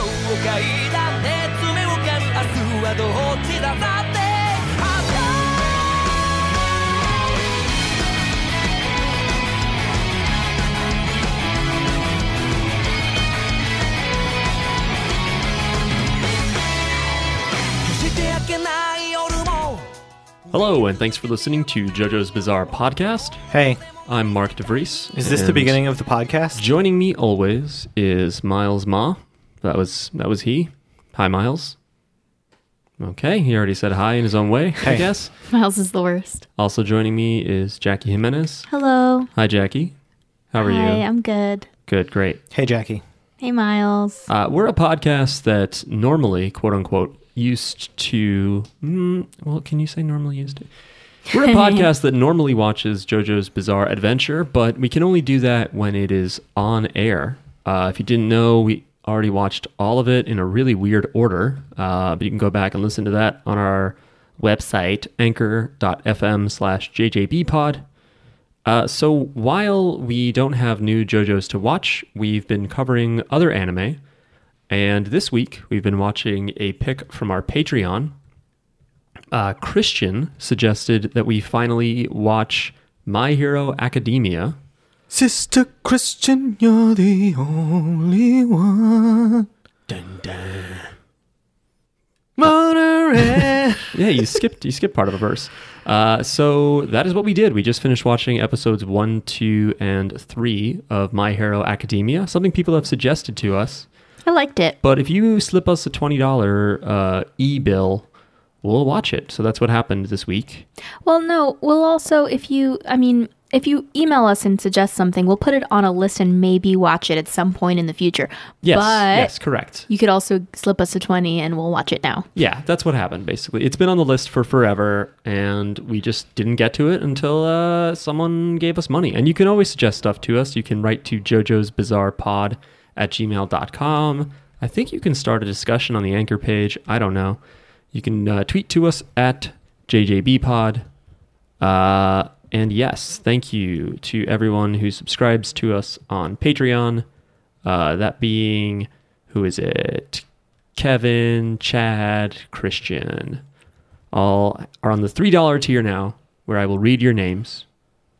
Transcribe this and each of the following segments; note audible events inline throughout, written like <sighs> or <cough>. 界だね爪を噛む明日はどっちだだって決して明けない夜も Hello, and thanks for listening to JoJo's Bizarre Podcast. Hey, I'm Mark DeVries. is this the and beginning of the podcast? Joining me always is Miles Ma. That was that was he. Hi, Miles. Okay, he already said hi in his own way, I Hey. guess. <laughs> Miles is the worst. Also joining me is Jackie Jimenez. Hello. Hi, Jackie. How are Hi, you? I'm good. Good, great. Hey, Jackie. Hey, Miles. Uh, we're a podcast that normally, quote unquote, used to. Mm, well, can you say normally used to? We're a podcast that normally watches JoJo's Bizarre Adventure, but we can only do that when it is on air. Uh, if you didn't know, we already watched all of it in a really weird order, uh, but you can go back and listen to that on our website, anchor.fm slash jjbpod. Uh, so while we don't have new JoJo's to watch, we've been covering other anime. And this week, we've been watching a pick from our Patreon. Uh, Christian suggested that we finally watch My Hero Academia. Sister Christian, you're the only one. Monterey. <laughs> Yeah, you skipped you skipped part of a verse. Uh, so that is what we did. We just finished watching episodes one, two, and three of My Hero Academia. Something people have suggested to us. I liked it. But if you slip us a twenty dollar uh, e bill, we'll watch it. So that's what happened this week. Well, no, we'll also, if you, I mean, if you email us and suggest something, we'll put it on a list and maybe watch it at some point in the future. Yes, But yes, correct. you could also slip us a 20 and we'll watch it now. Yeah, that's what happened basically. It's been on the list for forever and we just didn't get to it until uh, someone gave us money. And you can always suggest stuff to us. You can write to Jojo's Bizarre Pod at gmail.com. I think you can start a discussion on the anchor page. I don't know. You can uh, tweet to us at JJBpod. Uh, and yes, thank you to everyone who subscribes to us on Patreon. Uh, that being, who is it? Kevin, Chad, Christian. All are on the $3 tier now, where I will read your names,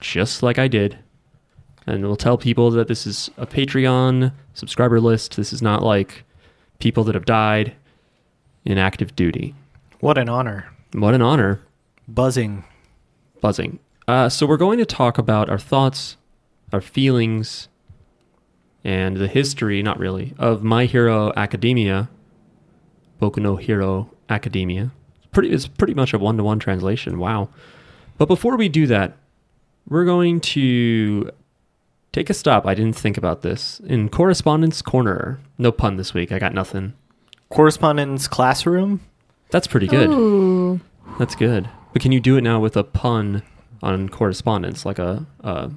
just like I did. And we'll tell people that this is a Patreon subscriber list. This is not like people that have died in active duty. what an honor. What an honor Buzzing. buzzing. Uh, so we're going to talk about our thoughts, our feelings, and the history, not really, of My Hero Academia, Boku no Hero Academia. It's pretty, it's pretty much a one to one translation. Wow. But before we do that, we're going to take a stop. I didn't think about this. In Correspondence Corner, no pun this week. I got nothing. Correspondence classroom. That's pretty good. Ooh. That's good. But can you do it now with a pun on correspondence, like a, a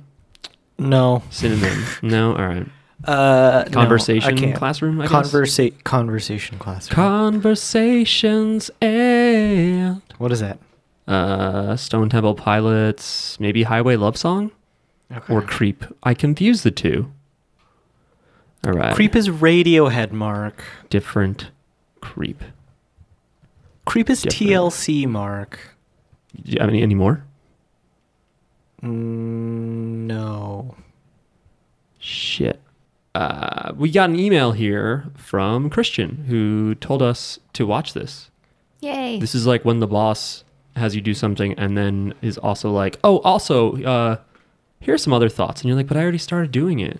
No. Synonym. no, all right. Uh, no, Conversation I can't. classroom, I guess? Conversa- conversation classroom. Conversations and what is that? uh, Stone Temple Pilots, maybe Highway Love Song Okay. or Creep. I confuse the two. All right. Creep is Radiohead, Mark. different. Creep. Creep is Different. TLC, Mark. Do you have any, any more? Mm, no. Shit. Uh, we got an email here from Christian who told us to watch this. Yay. This is like when the boss has you do something and then is also like, oh, also, uh, here's some other thoughts. And you're like, but I already started doing it.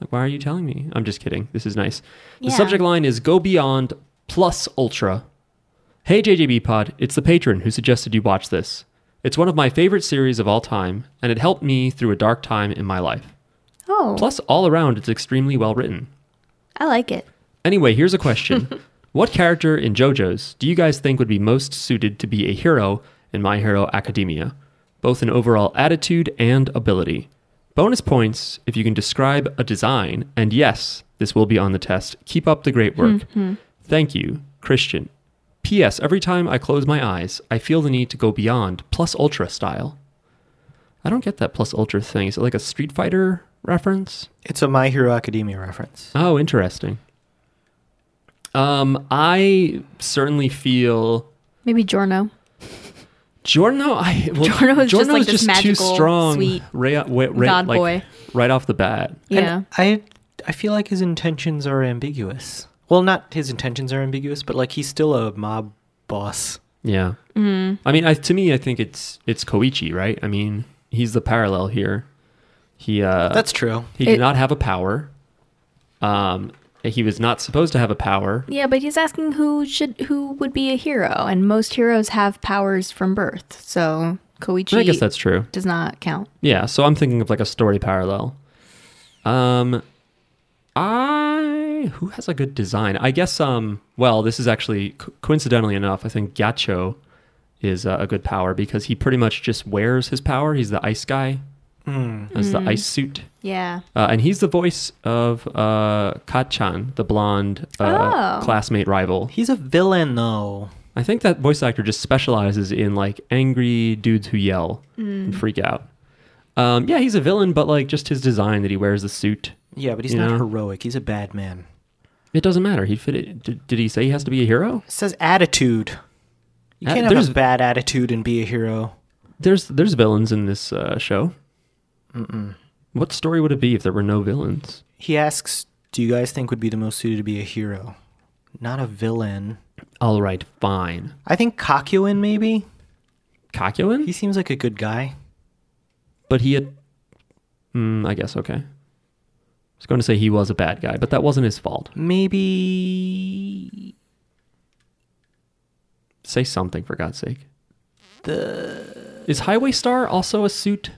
Like, why are you telling me? I'm just kidding. This is nice. The Yeah. subject line is Go Beyond plus Ultra. Hey, JJB Pod, it's the patron who suggested you watch this. It's one of my favorite series of all time, and it helped me through a dark time in my life. oh, Plus, all around, it's extremely well written. I like it. Anyway, here's a question. what character in JoJo's do you guys think would be most suited to be a hero in My Hero Academia, both in overall attitude and ability? Bonus points if you can describe a design, and yes, this will be on the test. Keep up the great work. Thank you, Christian. P.S. Every time I close my eyes, I feel the need to go beyond plus ultra style. I don't get that plus ultra thing. Is it like a Street Fighter reference? It's a My Hero Academia reference. Oh, interesting. Um, I certainly feel Maybe Jorno. Giorno. I <laughs> well, Giorno is just Giorno like is this magical, too strong. sweet right, wa- right- god like, boy. Right off the bat, Yeah. And I I feel like his intentions are ambiguous. Well, not his intentions are ambiguous, but like he's still a mob boss. yeah. Mm-hmm. I mean, I, to me, I think it's it's Koichi, right? I mean, he's the parallel here. He uh, That's true. he It- did not have a power. Um, he was not supposed to have a power. yeah, but he's asking who should who would be a hero, and most heroes have powers from birth. So Koichi I guess that's true. does not count. Yeah, so I'm thinking of like a story parallel. Um I who has a good design? I guess um well, this is actually co- coincidentally enough, I think Gacho is uh, a good power because he pretty much just wears his power. He's the ice guy. As the ice suit. Yeah. Uh, and he's the voice of uh, Kachan, the blonde uh, Oh. classmate rival. He's a villain though. I think that voice actor just specializes in like angry dudes who yell and freak out. Um, yeah, he's a villain, but like just his design that he wears the suit, Yeah, but he's You not know? heroic. He's a bad man. it doesn't matter. He fit. It. Did, did he say he has to be a hero? It says attitude. You At- can't Uh, there's- have a bad attitude and be a hero. There's there's villains in this uh, show. What story would it be if there were no villains? He asks, "Do you guys think would be the most suited to be a hero, not a villain?" All right, fine. I think Kakuin maybe. Kakuin, He seems like a good guy. but he had. Mm, I guess okay. I was going to say he was a bad guy, but that wasn't his fault. Maybe Say something for God's sake. The is Highway Star also a suit,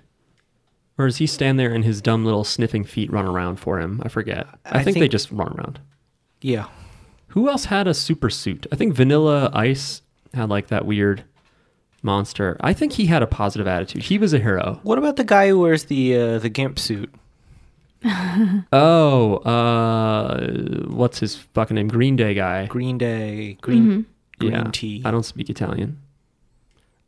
or does he stand there and his dumb little sniffing feet run around for him? I forget. I, I think, they think- just run around. yeah. Who else had a super suit? I think Vanilla Ice had like that weird monster. I think he had a positive attitude. He was a hero. What about the guy who wears the uh, the gimp suit? Oh, uh, what's his fucking name? Green Day guy. Green Day, green green tea. Mm-hmm. I don't speak Italian.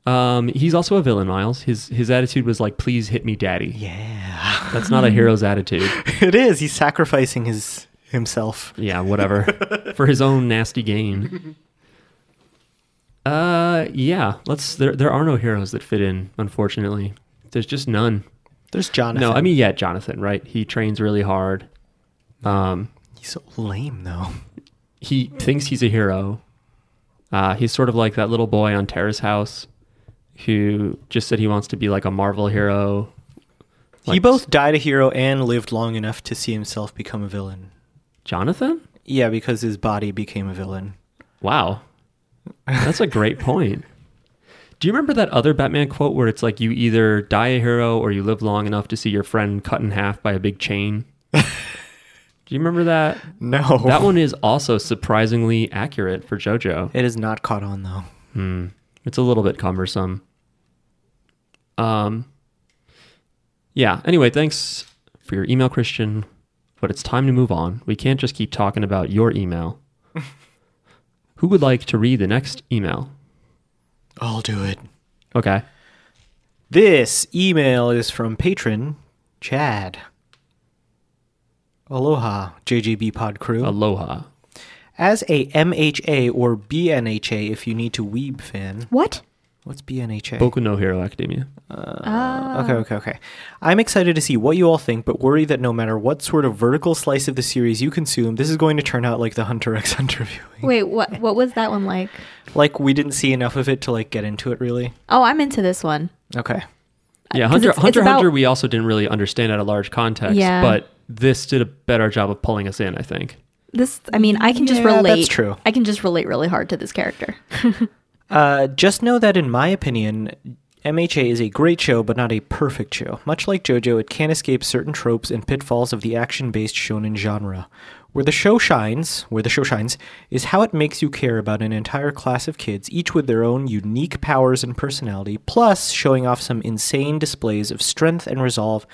Um, he's also a villain, Miles. His his attitude was like, "Please hit me, daddy." yeah, <laughs> That's not a hero's attitude. it is. He's sacrificing his himself. Yeah, whatever. <laughs> For his own nasty gain. Uh yeah, let's there there are no heroes that fit in, unfortunately. There's just none. There's Jonathan. No, I mean yeah, Jonathan, right? He trains really hard. Um he's so lame though. he thinks he's a hero. Uh he's sort of like that little boy on Terrace House who just said he wants to be like a Marvel hero. he Like- both died a hero and lived long enough to see himself become a villain. Jonathan? Yeah, because his body became a villain. Wow. That's a great point. Do you remember that other Batman quote where it's like you either die a hero or you live long enough to see your friend cut in half by a big chain? Do you remember that? No, That one is also surprisingly accurate for JoJo. It is not caught on though. It's a little bit cumbersome. Um Yeah, anyway, thanks for your email, Christian. But it's time to move on. We can't just keep talking about your email. Who would like to read the next email? I'll do it. Okay. This email is from patron Chad. Aloha, JJB Pod crew. Aloha. As a MHA or BNHA, if you need to weeb fan, What? what's BNHA? Boku no Hero Academia. Okay, okay, okay. I'm excited to see what you all think, but worry that no matter what sort of vertical slice of the series you consume, this is going to turn out like the Hunter x <laughs> Hunter viewing. <laughs> Wait, what what was that one like? Like we didn't see enough of it to like get into it really. Oh, I'm into this one. Okay. Yeah, 'cause Hunter it's- it's Hunter about- Hunter. We also didn't really understand at a large context, Yeah. but this did a better job of pulling us in. I think. This I mean, I can just Yeah, that's relate. true. I can just relate really hard to this character. Uh, just know that, in my opinion, MHA is a great show, but not a perfect show. Much like JoJo, it can escape certain tropes and pitfalls of the action based shonen genre. Where the show shines, where the show shines, is how it makes you care about an entire class of kids, each with their own unique powers and personality, plus showing off some insane displays of strength and resolve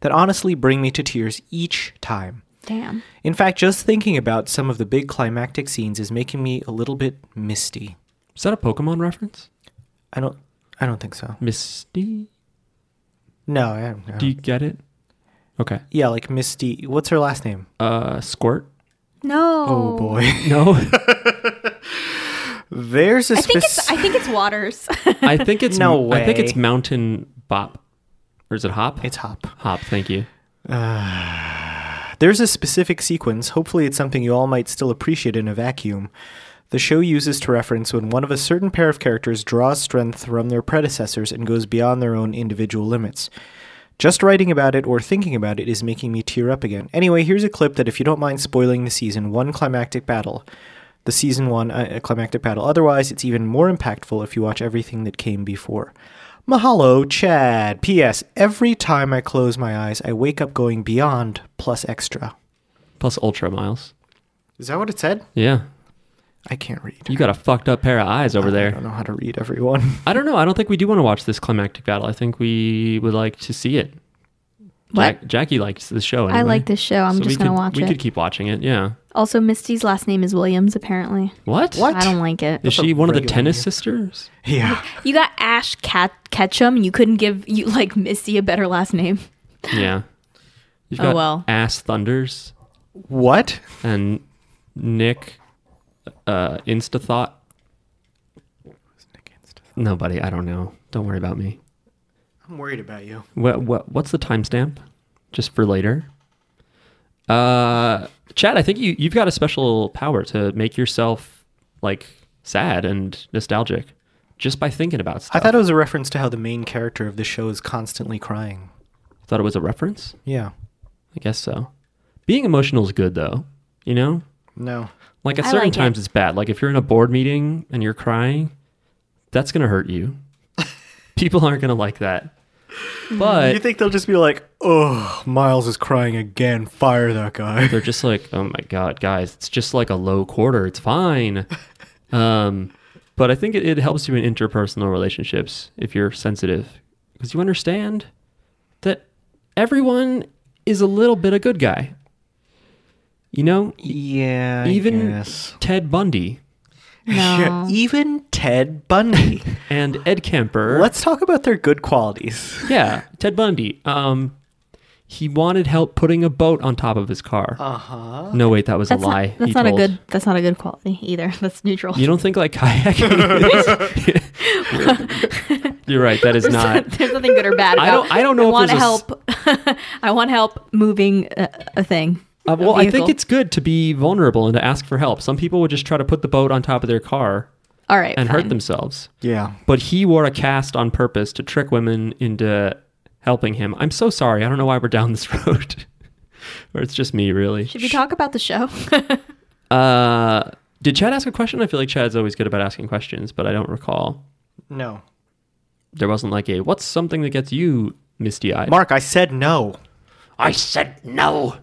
that honestly bring me to tears each time. Damn. In fact, just thinking about some of the big climactic scenes is making me a little bit misty. Is that a Pokemon reference? I don't. I don't think so. Misty. No. I don't, I Do don't- you get it? Okay. yeah, like Misty. What's her last name? Uh, Squirt. No. Oh boy. <laughs> No, There's a I think specific. it's I think it's waters. <laughs> I think it's No I think it's way. Mountain Bop, or is it Hop? It's hop. Hop. Thank you. There's a specific sequence, hopefully, it's something you all might still appreciate in a vacuum. The show uses to reference when one of a certain pair of characters draws strength from their predecessors and goes beyond their own individual limits. Just writing about it or thinking about it is making me tear up again. Anyway, here's a clip that, if you don't mind spoiling the season one climactic battle, the season one uh, climactic battle. Otherwise, it's even more impactful if you watch everything that came before. Mahalo, Chad. P.S. Every time I close my eyes, I wake up going beyond plus extra. Plus Ultra Miles. Is that what it said? Yeah, I can't read. you got a fucked up pair of eyes over I don't there. know how to read everyone. <laughs> I don't know. I don't think we do want to watch this climactic battle. I think we would like to see it. What? Jack, Jackie likes the show. Anyway. I like this show. I'm So we just gonna could- watch We it. could keep watching it. Yeah. Also, Misty's last name is Williams. Apparently, What? What? I <laughs> don't like it. Is That's a she one of the regular tennis name. sisters? yeah. You got Ash Cat Ketchum. and You couldn't give you like Misty a better <laughs> last name. Yeah. You've Oh, got well. Ass Thunders What? and Nick uh, Instathought. Nobody. I don't know. Don't worry about me. I'm worried about you. What, what what's the timestamp? Just for later. Uh, Chad, I think you you've got a special power to make yourself like sad and nostalgic just by thinking about stuff. I thought it was a reference to how the main character of the show is constantly crying. Thought it was a reference. Yeah. I guess so. Being emotional is good though. You know, No. like at I certain like it. times it's bad. Like if you're in a board meeting and you're crying, that's gonna hurt <laughs> you. People aren't gonna like that. But You think they'll just be like, "Oh, Miles is crying again. Fire that guy." they're just like, oh my god, guys, it's just like a low quarter. It's fine. <laughs> Um, but I think it, it helps you in interpersonal relationships if you're sensitive, because you understand that everyone is a little bit a good guy. You know, Yeah. even Ted Bundy No. Yeah, even <laughs> Ted Bundy. and Ed Kemper. Let's talk about their good qualities. Yeah, Ted Bundy. Um, he wanted help putting a boat on top of his car. Uh huh. No, wait, that was That's a lie. not, that's he not a told. good. That's not a good quality either. <laughs> That's neutral. You don't think like kayaking? is- <laughs> <laughs> You're right. That is there's, not. <laughs> there's nothing good or bad. About. I don't- I don't know if want there's a s- help. <laughs> I want help moving a, a thing. Uh, well, a I think vehicle. it's good to be vulnerable and to ask for help. Some people would just try to put the boat on top of their car all right. and hurt fine. themselves. Yeah. But he wore a cast on purpose to trick women into helping him. I'm so sorry. I don't know why we're down this <laughs> road. or it's just me, really. Should we talk about the show? <laughs> Uh, did Chad ask a question? I feel like Chad's always good about asking questions, but I don't recall. No. There wasn't like a what's something that gets you misty eyed. Mark, I said no. I said no.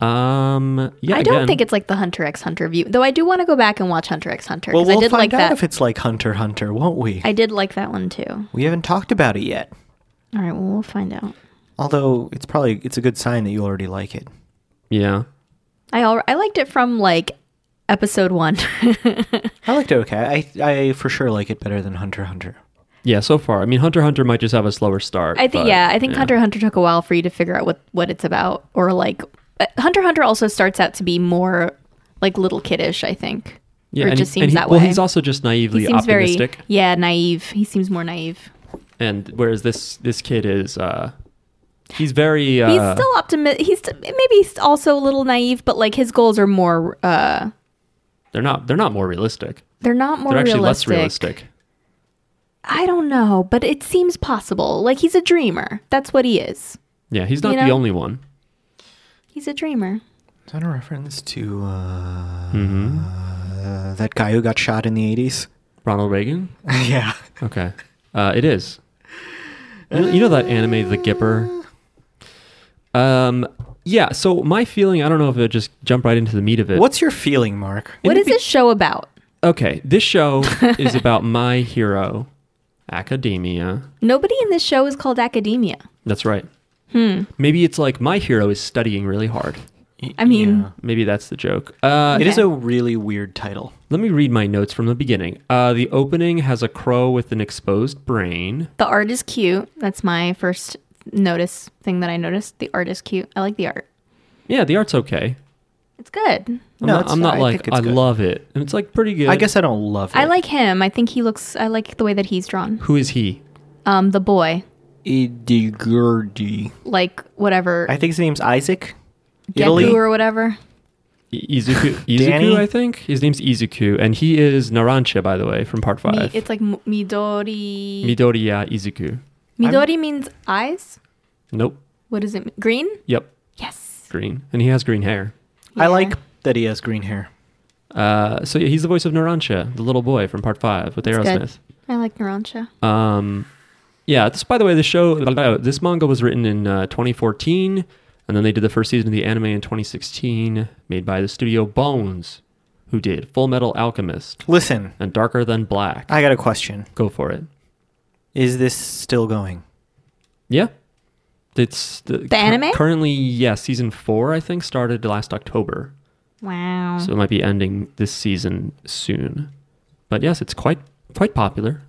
Um. Yeah. I don't again, think it's like the Hunter x Hunter view, though. I do want to go back and watch Hunter x Hunter Well, because we'll I did find like out that. if it's like Hunter x Hunter, won't we? I did like that one too. We haven't talked about it yet. All right. Well, we'll find out. Although it's probably it's a good sign that you already like it. Yeah. I al- I liked it from like episode one. <laughs> I liked it okay. I I for sure like it better than Hunter x Hunter. Yeah. So far, I mean, Hunter x Hunter might just have a slower start. I think but, yeah, I think Hunter x Hunter took a while for you to figure out what what it's about, or like uh, Hunter x Hunter also starts out to be more like little kiddish. I think. Yeah, or it and just he- seems and he- that Well, way. he's also just naively he seems optimistic, very yeah naive. He seems more naive. and whereas this this kid is, uh, he's very. Uh, He's still optimistic. He's st- maybe he's also a little naive, but like his goals are more. uh They're not. They're not more realistic. They're not more they're actually realistic. less realistic. I don't know, but it seems possible. Like he's a dreamer. That's what he is. Yeah. He's not You the know? only one. He's a dreamer. Is that a reference to uh, uh, that guy who got shot in the eighties? <laughs> Ronald Reagan. yeah. Okay. Uh, it is. You know, you know that anime, The Gipper? Um, yeah, so my feeling, I don't know if it'll just jump right into the meat of it. What's your feeling, Mark? In what the is be- this show about? Okay, this <laughs> show is about My Hero Academia. Nobody in this show is called academia. That's right. Hmm. Maybe it's like My Hero is studying really hard. I mean, Maybe that's the joke. Uh, It is Okay. a really weird title. let me read my notes from the beginning. Uh, the opening has a crow with an exposed brain. the art is cute. That's my first notice thing that I noticed. The art is cute. I like the art. Yeah, the art's okay. It's good. I'm No, not, it's- I'm not I like think it's I good. love it, and it's like pretty good. I guess I don't love it. I like him. I think he looks. I like the way that he's drawn. who is he? Um, the boy, Eddie Gurdy. like whatever I think his name's Isaac. Deku or I- whatever. <laughs> Izuku, Izuku, Danny? I think his name's Izuku, and he is Narancha, by the way, from Part Mi- Five. it's E. like M- Midori. Midoriya Izuku. Midori means eyes. Nope. What is it? mean? Green? Yep. Yes. Green, and he has green hair. I Yeah. like that he has green hair. Uh, so yeah, he's the voice of Narancha, the little boy from Part Five with That's good. Aerosmith. I like Narancha. Um, yeah. This, by the way, the show, this manga was written in uh, 2014, and then they did the first season of the anime in 2016, made by the studio Bones, who did Full Metal Alchemist Listen, and Darker Than Black. I got a question. Go for it. Is this still going? Yeah. It's the, cur- anime? currently, yeah, season four, I think, started last October. Wow. So it might be ending this season soon. But yes, it's quite quite popular.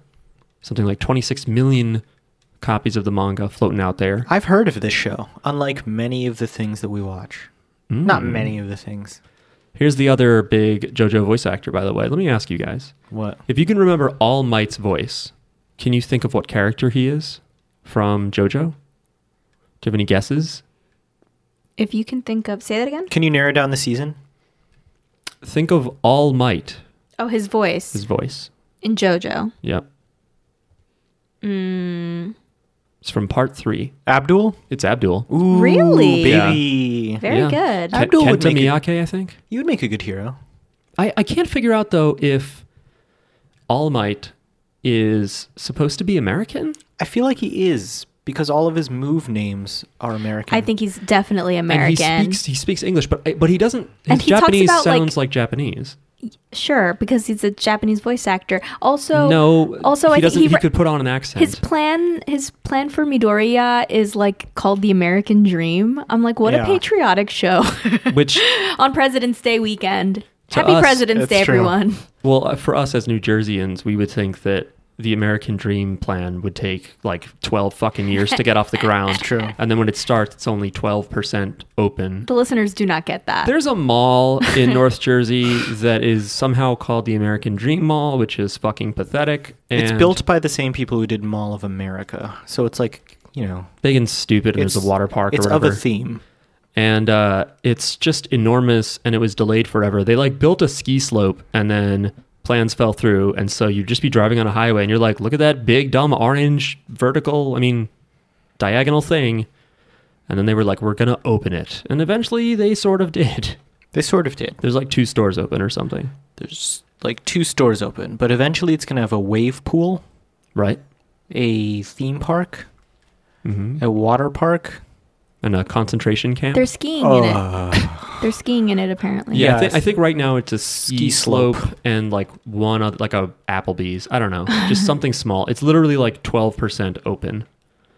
Something like 26 million copies of the manga floating out there. I've heard of this show, unlike many of the things that we watch. Not many of the things. Here's the other big JoJo voice actor, by the way. Let me ask you guys. What? If you can remember All Might's voice, can you think of what character he is from JoJo? Do you have any guesses? if you can think of, say that again. Can you narrow down the season? Think of All Might, Oh, his voice his voice. in JoJo. Yep. Mm. It's from part three. Abdul? It's Abdul. Ooh, Really? Baby. Very Yeah. good. Ke- Abdul would Kenta make it- Miyake, I think. You would make a good hero. I, I can't figure out though if All Might is supposed to be American. I feel like he is because all of his move names are American. I think he's definitely American. And he speaks he speaks English, but but he doesn't. His And he talks Japanese about, like- sounds like, Japanese. sure, because he's a Japanese voice actor. Also, no. Oh, Also, he I think doesn't. he He, re- could put on an accent. His plan, his plan for Midoriya is like called the American Dream. I'm like, what Yeah. a patriotic show <laughs> which on President's Day weekend. To Happy us, President's it's Day, true. everyone. <laughs> Well, uh, for us as New Jerseyans, we would think that the American Dream plan would take like 12 fucking years to get off the ground. <laughs> True. And then when it starts, it's only 12% open. The listeners do not get that. There's a mall <laughs> in North Jersey that is somehow called the American Dream Mall, which is fucking pathetic. And it's built by the same people who did Mall of America. So it's like, you know, big and stupid, and there's a water park It's or whatever. of a theme. and uh, it's just enormous and it was delayed forever they like built a ski slope and then plans fell through and so you'd just be driving on a highway and you're like look at that big dumb orange vertical i mean diagonal thing and then they were like we're gonna open it and eventually they sort of <laughs> did They sort of did. there's like two stores open or something There's like two stores open, but eventually it's going to have a wave pool, right a theme park, mm-hmm. a water park. and a concentration camp They're skiing in it. They're skiing in it apparently. yeah, I, Yes. thi- I think right now it's a ski, Ski slope. slope. and like one other, like a Applebee's. I don't know, just something small. It's literally like twelve percent open.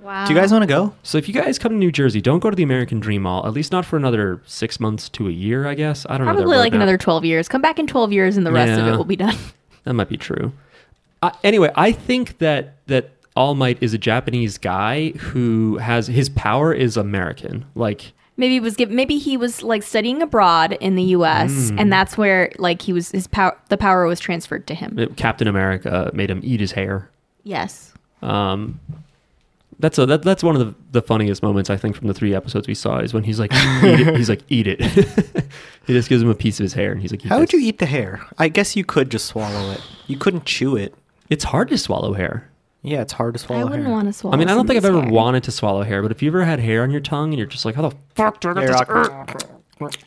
Wow. Do you guys want to go? So if you guys come to New Jersey, don't go to the American Dream Mall, at least not for another six months to a year, I guess. I don't know. Probably their like roadmap. another 12 years. Come back in 12 years and the rest of Yeah. it will be done. <laughs> That might be true. Uh, anyway, I think that that All Might is a Japanese guy who has his power is American. Like Maybe it was give, maybe he was like studying abroad in the US Mm. and that's where like he was his power the power was transferred to him. Captain America made him eat his hair. Yes. Um, that's a that, that's one of the, the funniest moments I think from the three episodes we saw is when he's like eat <laughs> it. he's like eat it. <laughs> he just gives him a piece of his hair and he's like eat How would this. you eat the hair? I guess you could just swallow it. You couldn't chew it. It's hard to swallow hair. Yeah, it's hard to swallow I wouldn't hair. want to swallow. I mean, I don't think I've somebody's ever hair. wanted to swallow hair, but if you ever had hair on your tongue and you're just like, how the fuck do I get Hair this? awkward.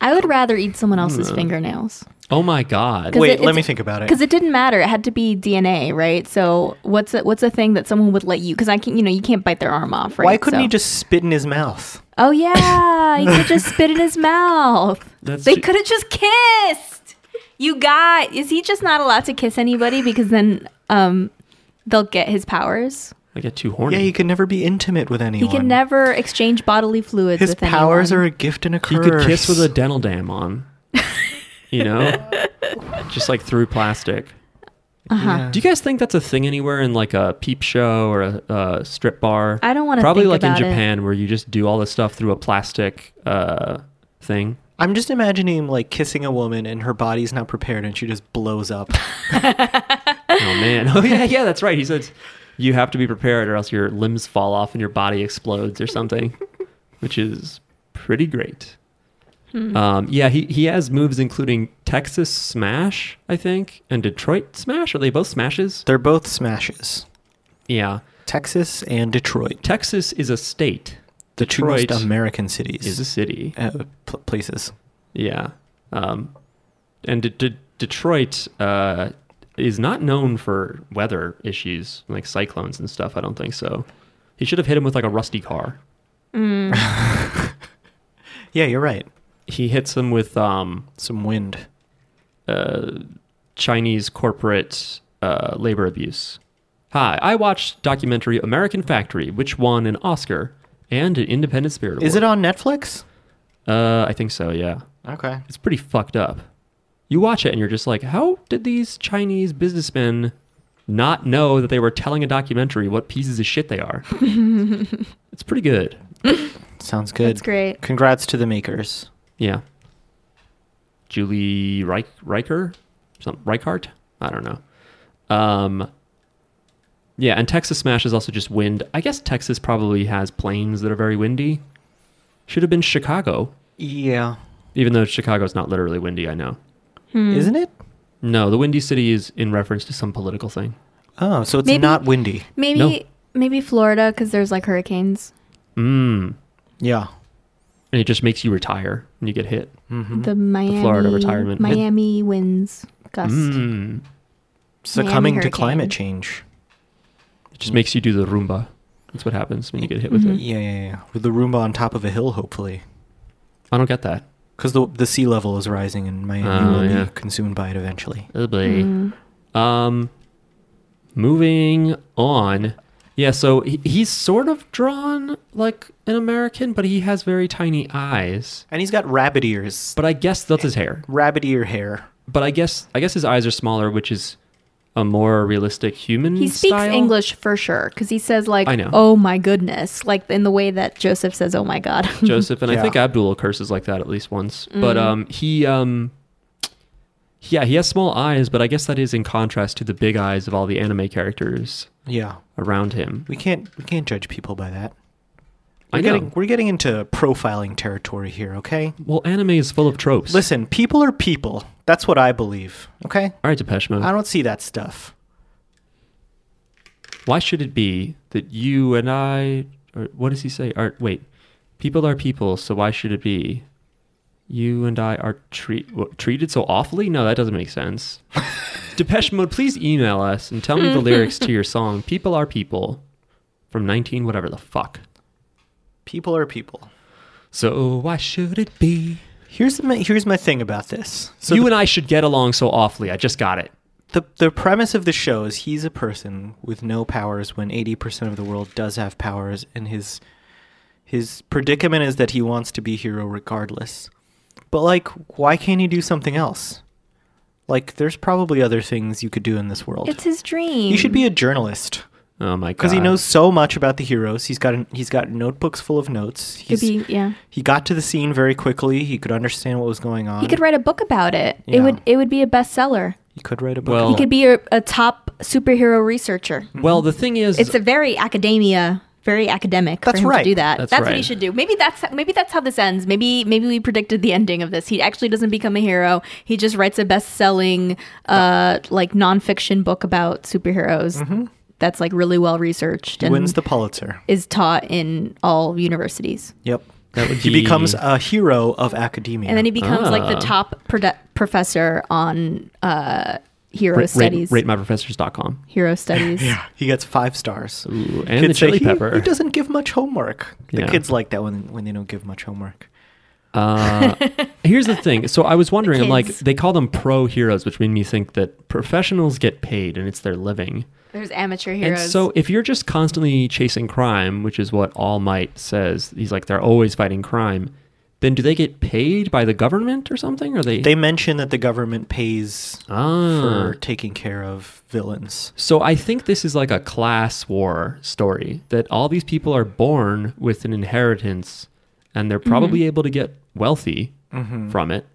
I would rather eat someone else's Mm. fingernails Oh my god! 'Cause Wait, it- let it's- me think about it. because it didn't matter. It had to be DNA, right? So what's a, what's a thing that someone would let you? Because I can, you know, you can't bite their arm off, right? Why couldn't So- he just spit in his mouth? Oh yeah, he <laughs> could just spit in his mouth. That's they ju- could have just kissed. You guys, is he just not allowed to kiss anybody because then um they'll get his powers? I get too horny. Yeah, he could never be intimate with He anyone. can never exchange bodily fluids His with powers anyone. are a gift and a You curse. could kiss with a dental dam on. You <laughs> know, just like through plastic. Uh-huh. Yeah. Do you guys think that's a thing anywhere in like a peep show or a, a strip bar? I don't wanna Probably think like about in it. Japan where you just do all this stuff through a plastic uh, thing. I'm just imagining him like kissing a woman and her body's not prepared and she just blows <laughs> up. Oh man. <laughs> Oh yeah, yeah, that's right. He says you have to be prepared or else your limbs fall off and your body explodes or something, <laughs> which is pretty great. Um, yeah, he, he has moves including Texas Smash, I think, and Detroit Smash. Are they both smashes? They're both smashes. Yeah. Texas and Detroit, Texas is a state. the two most Detroit American cities, is a city. uh, pl- places. Yeah. Um, and De- De- Detroit uh, is not known for weather issues like cyclones and stuff. I don't think so. He should have hit him with like a rusty car. Yeah, you're right. He hits him with um, Some wind. Chinese corporate uh, labor abuse. Hi, I watched documentary American Factory, which won an Oscar and an Independent Spirit Award. Is it on Netflix? Uh, I think so. Yeah. Okay. it's pretty fucked up. You watch it and you're just like, how did these Chinese businessmen not know that they were telling a documentary what pieces of shit they are? it's pretty good. Sounds good. That's great. Congrats to the makers. Yeah. Julie Reich, Reicher? Some, Reichart? I don't know. Um, yeah, and Texas Smash is also just wind. I guess Texas probably has plains that are very windy. Should have been Chicago, Yeah. even though Chicago's not literally windy, I know. Isn't it? No, the Windy City is in reference to some political thing. Oh, so it's Maybe- not windy. Maybe No. maybe Florida because there's like hurricanes. Mm. Yeah. And it just makes you retire when you get hit. Mm-hmm. The Miami Florida retirement. Miami winds gust. Mm. Succumbing to hurricane. climate change. It just makes you do the Roomba. That's what happens when you get hit with it. Yeah, yeah, yeah. With the Roomba on top of a hill, hopefully. I don't get that. Because the, the sea level is rising and Miami Oh, will yeah. be consumed by it eventually. Oh, boy. Mm-hmm. Um, moving on. Yeah, so he, he's sort of drawn like an American, but he has very tiny eyes. And he's got rabbit ears. But I guess that's his hair. Rabbit ear hair. But I guess I guess his eyes are smaller, which is a more realistic human. He speaks style. English for sure because he says like, I know. "Oh my goodness," like in the way that Joseph says, "Oh my god." Joseph, and I Yeah. think Abdul curses like that at least once. Mm. But um, he um, yeah, he has small eyes, but I guess that is in contrast to the big eyes of all the anime characters Yeah. around him. We can't we can't judge people by that. We're I know. getting we're getting into profiling territory here, okay? well, anime is full of tropes. Listen, people are people. That's what I believe. Okay? all right, Depeche Mode. I don't see that stuff. Why should it be that you and I, or what does he say? Are wait, people are people, so why should it be you and I are treat, what, treated so awfully? No, that doesn't make <laughs> sense. Depeche Mode, please email us and tell me the lyrics to your song "People Are People" from nineteen whatever the fuck. People are people. So why should it be Here's my, here's my thing about this. So you the, and I should get along so awfully? I just got it. the the premise of the show is he's a person with no powers when 80% of the world does have powers and his his predicament is that he wants to be a hero regardless. But like why can't he do something else? Like there's probably other things you could do in this world. <laughs> it's his dream. You should be a journalist Oh my god! because he knows so much about the heroes. He's got an, he's got notebooks full of notes. He's, Could be, yeah. he got to the scene very quickly. He could understand what was going on. He could write a book about it. Yeah. It would it would be a bestseller. He could write a book. Well- He could be a, a top superhero researcher. Well, the thing is, It's a very academia, very academic. That's for him right. To do that. That's That's, right. what he should do. Maybe that's maybe that's how this ends. Maybe maybe we predicted the ending of this. He actually doesn't become a hero. He just writes a best-selling, uh, like nonfiction book about superheroes. Mm-hmm. That's like really well researched he and wins the Pulitzer. is taught in all universities. Yep. that would He be- becomes a hero of academia. And then he becomes like the Ah. top prode- professor on uh, hero rate, rate, studies. ratemyprofessors.com. <laughs> Hero studies. he gets five stars. Ooh, and the Kids say, chili "He- pepper. He, doesn't give much homework. The Yeah. kids like that when when they don't give much homework. Here's the thing. So I was wondering, I'm like, kids. they call them pro heroes, which made me think that professionals get paid and it's their living. There's amateur heroes. And so if you're just constantly chasing crime, which is what All Might says, he's like, they're always fighting crime, then do they get paid by the government or something? Or they. They mention that the government pays Ah. for taking care of villains. So I think this is like a class war story that all Mm-hmm. these people are born with an inheritance and they're probably able to get wealthy from it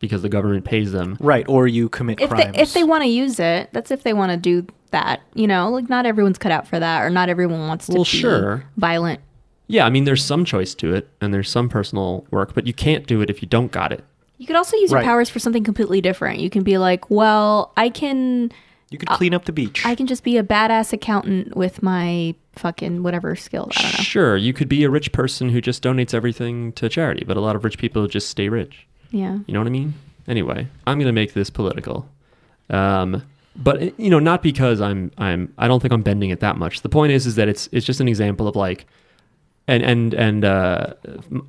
because the government pays them. Right, or you commit if crimes. they if they want to use it, that's if they want to do that. You know, like not everyone's cut out for that, or not everyone wants to Well, be sure. violent. Yeah, I mean, there's some choice to it and there's some personal work, but you can't do it if you don't got it. You could also use Right. your powers for something completely different. You can be like, well, I can you could clean up the beach. I can just be a badass accountant with my fucking whatever skill. I don't know. Sure, you could be a rich person who just donates everything to charity, but a lot of rich people just stay rich. Yeah. You know what I mean? Anyway, I'm gonna make this political, um, but it- you know, not because I'm I'm I don't think I'm bending it that much. The point is, is that it's it's just an example of like, and and and uh,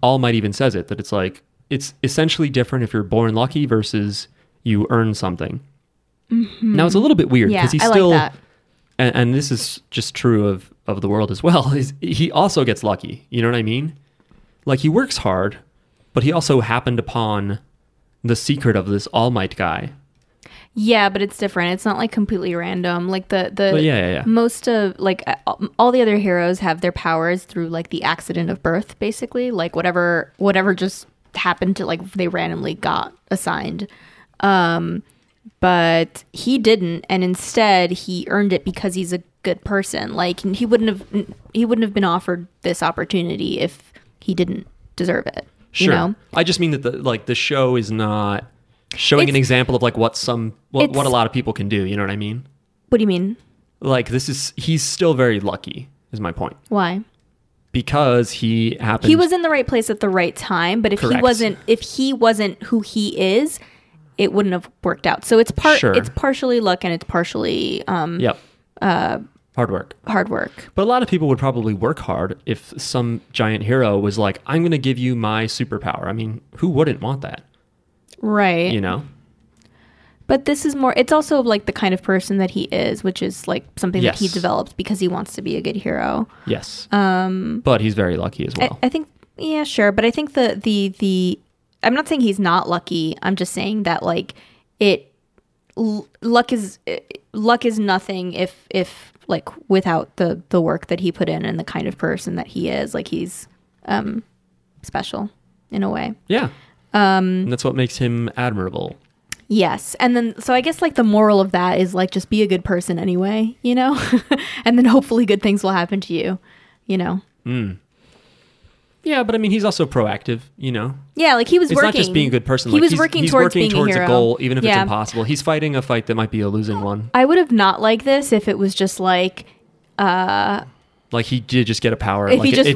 All Might even says it that it's like it's essentially different if you're born lucky versus you earn something. Now it's a little bit weird Mm-hmm. Yeah, because he's I like still. that. And, and this is just true of, of the world as well. <laughs> Is he also gets lucky? You know what I mean? Like he works hard, but he also happened upon the secret of this All Might guy. Yeah, but it's different. It's not like completely random. Like the the Well, yeah, yeah, yeah. most of like uh, all the other heroes have their powers through like the accident of birth, basically. Like whatever whatever just happened to like they randomly got assigned. Um, but he didn't, and instead he earned it because he's a good person. Like he wouldn't have he wouldn't have been offered this opportunity if he didn't deserve it. Sure. You know? I just mean that the like the show is not showing an It's- example of like what some what, what a It's- lot of people can do. You know what I mean? What do you mean? Like this is he's still very lucky. Is my point Why? because he happened. he was in the right place at the right time but if he Correct. wasn't if he wasn't who he is it wouldn't have worked out so it's part Sure. it's partially luck and it's partially um yep. hard work. hard work But a lot of people would probably work hard if some giant hero was like, I'm going to give you my superpower. I mean, who wouldn't want that? right You know? but this is more it's also like the kind of person that he is which is like something that he Yes. develops because he wants to be a good hero Yes. Um, but he's very lucky as well. I, I think yeah sure but i think the the the i'm not saying he's not lucky i'm just saying that like it l- luck is eh, luck is nothing if if like without the the work that he put in and the kind of person that he is like he's um special in a way yeah. Um, that's what makes him admirable. yes and then so i guess like the moral of that is like just be a good person anyway you know <laughs> and then hopefully good things will happen to you you know Yeah, but I mean, he's also proactive, you know? yeah like he was It's working not just being a good person. he like, was he's, working he's towards working being towards a, hero. goal, even if it's Yeah. impossible. He's fighting a fight that might be a losing one. I would have not liked this if it was just like Like, he did just get a power. if like, he it- just it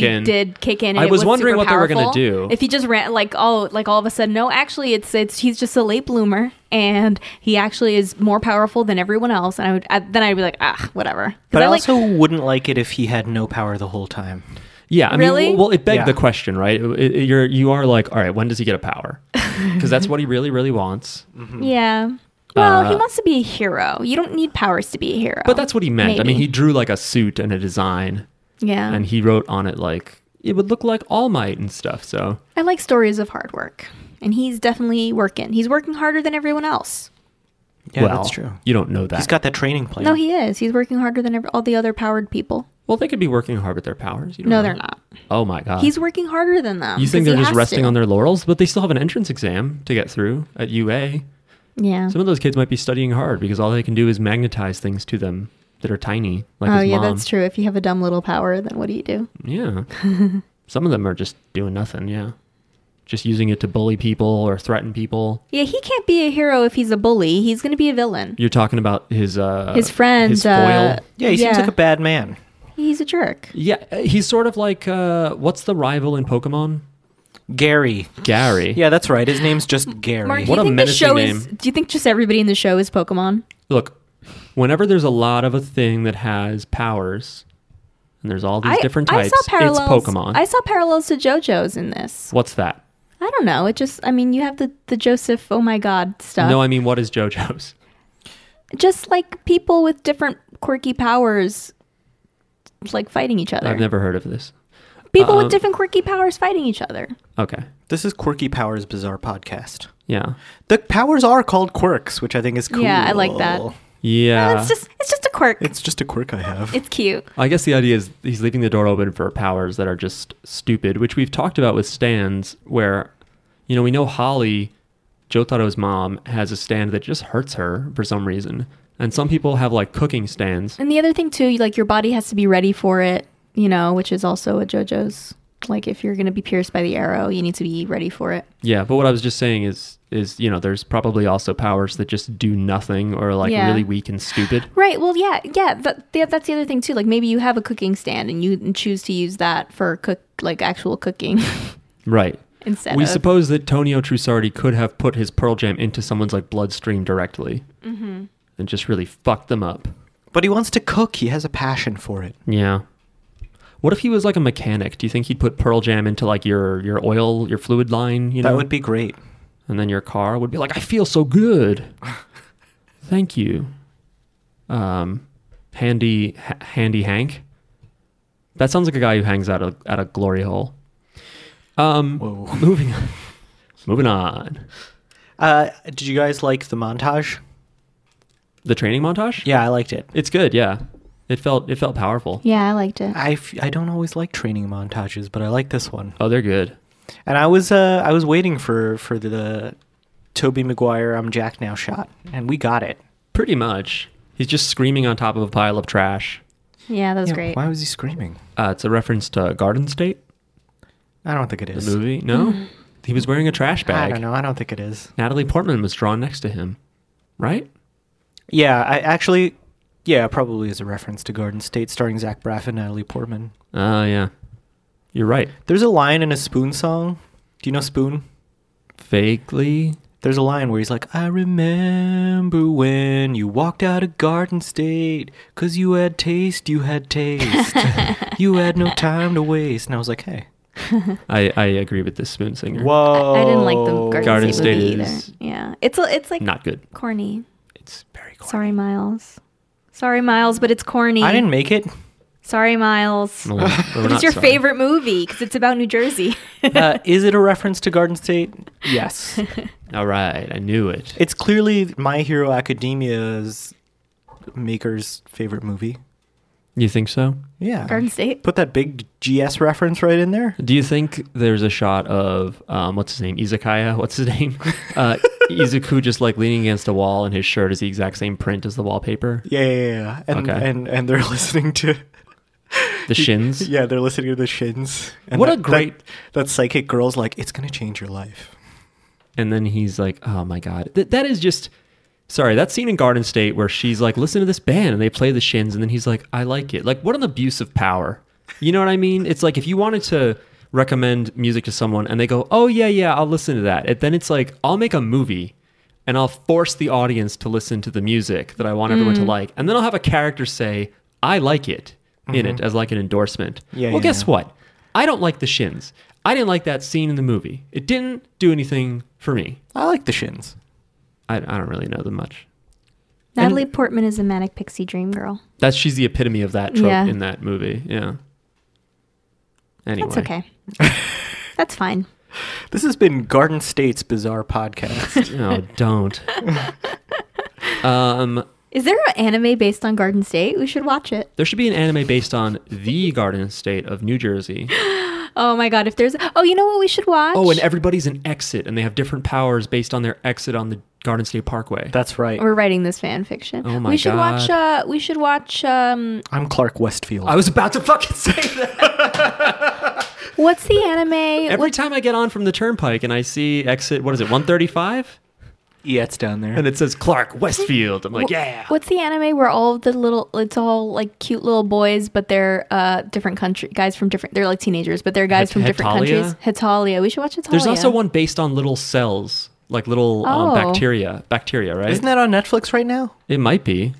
did kick in. did kick in. and I it was was wondering super what they were gonna powerful. do. If he just ran like oh like all of a sudden no actually it's it's he's just a late bloomer and he actually is more powerful than everyone else and I would I, then I'd be like ah whatever. 'Cause but I, like- also wouldn't like it if he had no power the whole time. Yeah, I Really? mean, well, it begged Yeah. the question, right? It- it- you're you are like, all right, when does he get a <laughs> power? Because that's what he really, really wants. yeah. Well, he Uh, wants to be a hero. You don't need powers to be a hero. But that's what he meant. I mean, Maybe. he drew like a suit and a design, yeah. and he wrote on it like it would look like All Might and stuff. So I like stories of hard work, and he's definitely working. He's working harder than everyone else. Yeah, well, that's true. You don't know that. He's got that training plan. No, he is. He's working harder than ever, all the other powered people. well, they could be working hard with their powers. You don't No, know. they're not. Oh my god. He's working harder than them. you 'cause think he they're just has resting to. on their laurels, but they still have an entrance exam to get through at UA. yeah. Some of those kids might be studying hard because all they can do is magnetize things to them that are tiny, like Oh his yeah, mom. that's true. If you have a dumb little power, then what do you do? Yeah. <laughs> Some of them are just doing nothing, yeah. Just using it to bully people or threaten people. Yeah, he can't be a hero if he's a bully. He's gonna be a villain. You're talking about his uh His friend, his foil. uh, yeah, he seems Yeah. like a bad man. He's a jerk. yeah, he's sort of like uh what's the rival in Pokemon? Gary. Gary. Yeah, that's right. His name's <laughs> just Gary. Mark, do What you a think the menacing show is? name. Do you think just everybody in the show is Pokemon? Look, whenever there's a lot of a thing that has powers and there's all these different types, it's Pokemon. I saw parallels to JoJo's in this. what's that? I don't know. It just, I mean, you have the the Joseph, oh my god stuff. No, I mean what is JoJo's? just like people with different quirky powers, like fighting each other. I've never heard of this. people um, with different quirky powers fighting each other. Okay. This is Quirky Powers Bizarre Podcast. Uh, Yeah. The powers are called quirks, which I think is cool. Yeah, I like that. Yeah. it's just it's just a quirk. It's just a quirk I have. It's cute. I guess the idea is he's leaving the door open for powers that are just stupid, which we've talked about with stands, where you know, we know Holly, Jotaro's mom, has a stand that just hurts her for some reason. And some people have like cooking stands. And the other thing too, you- like your body has to be ready for it, you know, which is also a JoJo's. Like if you're gonna be pierced by the arrow, you need to be ready for it. Yeah, but what I was just saying is is, you know, there's probably also powers that just do nothing or like Yeah. really weak and stupid. Right. Well, yeah, yeah. That, that- that's the other thing too. Like maybe you have a cooking stand and you choose to use that for cook, like actual cooking <laughs> Right. instead. we of, suppose that Tonio Trusardi could have put his Pearl Jam into someone's like bloodstream directly and just really fucked them up. But he wants to cook. He has a passion for it. Yeah. What if he was like a mechanic? Do you think he'd put Pearl Jam into like your your oil, your fluid line, you know? That would be great. and then your car would be like, "I feel so <laughs> good." Thank you. Um handy ha- handy Hank. That sounds like a guy who hangs out at a, at a glory hole. Um Whoa. <laughs> moving on. moving on. Uh, did you guys like the montage? The training montage? Yeah, I liked it. It's good, yeah. It felt it felt powerful. yeah, I liked it. I, f- I don't always like training montages, but I like this one. Oh, they're good. And I was uh, I was waiting for for the Toby Maguire I'm Jack now shot, and we got it. Pretty much. He's just screaming on top of a pile of trash. Yeah, that was Yeah, great. <laughs> Why was he screaming? Uh, it's a reference to Garden State, I don't think it the is. movie. No, he was wearing a trash Mm-hmm. I bag. don't know. I don't think it is. Natalie Portman was drawn next to him, right? Yeah, I actually, yeah, it probably is a reference to Garden State, starring Zach Braff and Natalie Portman. Oh yeah, you're right. There's a line in a Spoon song. Do you know Spoon? Vaguely, There's a line where he's like, I remember when you walked out of Garden State, 'cause you had taste, you had <laughs> taste. you had no time to waste. And I was like, hey. I, I agree with this spoon singer. Whoa. I, I didn't like Oh, the Garden, Garden State, movie State either. is- Yeah, it's a, it's like Not <laughs> good. corny. It's very cool. Sorry, Miles. Sorry, Miles, but it's corny. I didn't make it. Sorry, Miles. No, we're What not is your sorry. favorite movie? Because it's about <laughs> New Jersey. Uh, is it a reference to Garden State? Yes. All right, I knew it. it's clearly My Hero Academia's maker's favorite movie. You think so? Yeah. <laughs> Garden State. Put that big GS reference right in there. Do you think there's a shot of um, what's his name, Izakaya? <laughs> What's his name? <laughs> Uh, Izuku just like leaning against a wall, and his shirt is the exact same print as the wallpaper. Yeah, yeah, yeah. And, Okay. and, and they're <laughs> listening to. The shins. Yeah, they're listening to the Shins. What a great- that, that psychic girl's like. It's gonna change your life. And then he's like, "Oh my god, Th- that is just." Sorry, that scene in Garden State where she's like, "Listen to this band," and they play the Shins, and then he's like, "I like it." Like, what an abuse of power. You know what I mean? It's like if you wanted to recommend music to someone and they go, "Oh yeah, yeah, I'll listen to that," and then it's like, "I'll make a movie." And I'll force the audience to listen to the music that I want everyone Mm. to like. And then I'll have a character say, I like it in it as like an endorsement. Mm-hmm. Yeah, well, yeah, guess yeah. what? what? I don't like the shins. I didn't like that scene in the movie. It didn't do anything for me. I like the Shins. I, I don't really know them much. Natalie Portman is a manic pixie dream girl. That's she's the epitome of that trope Yeah. in that movie. Yeah. Anyway, That's <laughs> okay. That's fine. This has been Garden State's bizarre <laughs> podcast. No, Oh, don't. um, Is there an anime based on Garden State? We should watch it. there should be an anime based on the Garden State of New Jersey. Oh my god, if there's Oh, you know what we should watch? Oh, and everybody's an exit, and they have different powers based on their exit on the Garden State Parkway. That's right. we're writing this fan fiction. Oh my we should watch uh we should watch um I'm Clark Westfield. I was about to fucking <laughs> say that. what's the anime? Every time I get on from the turnpike and I see exit, what is it, 135? yeah, it's down there. And it says Clark Westfield. I'm like, yeah. What's the anime where all of the little it's all like cute little boys but they're uh different country guys from different they're like teenagers but they're guys Het- from different Hetalia? countries. Hetalia. We should watch Hetalia. There's also one based on little cells, like little um, Oh. bacteria. Bacteria, right? Isn't that on Netflix right now? it might be.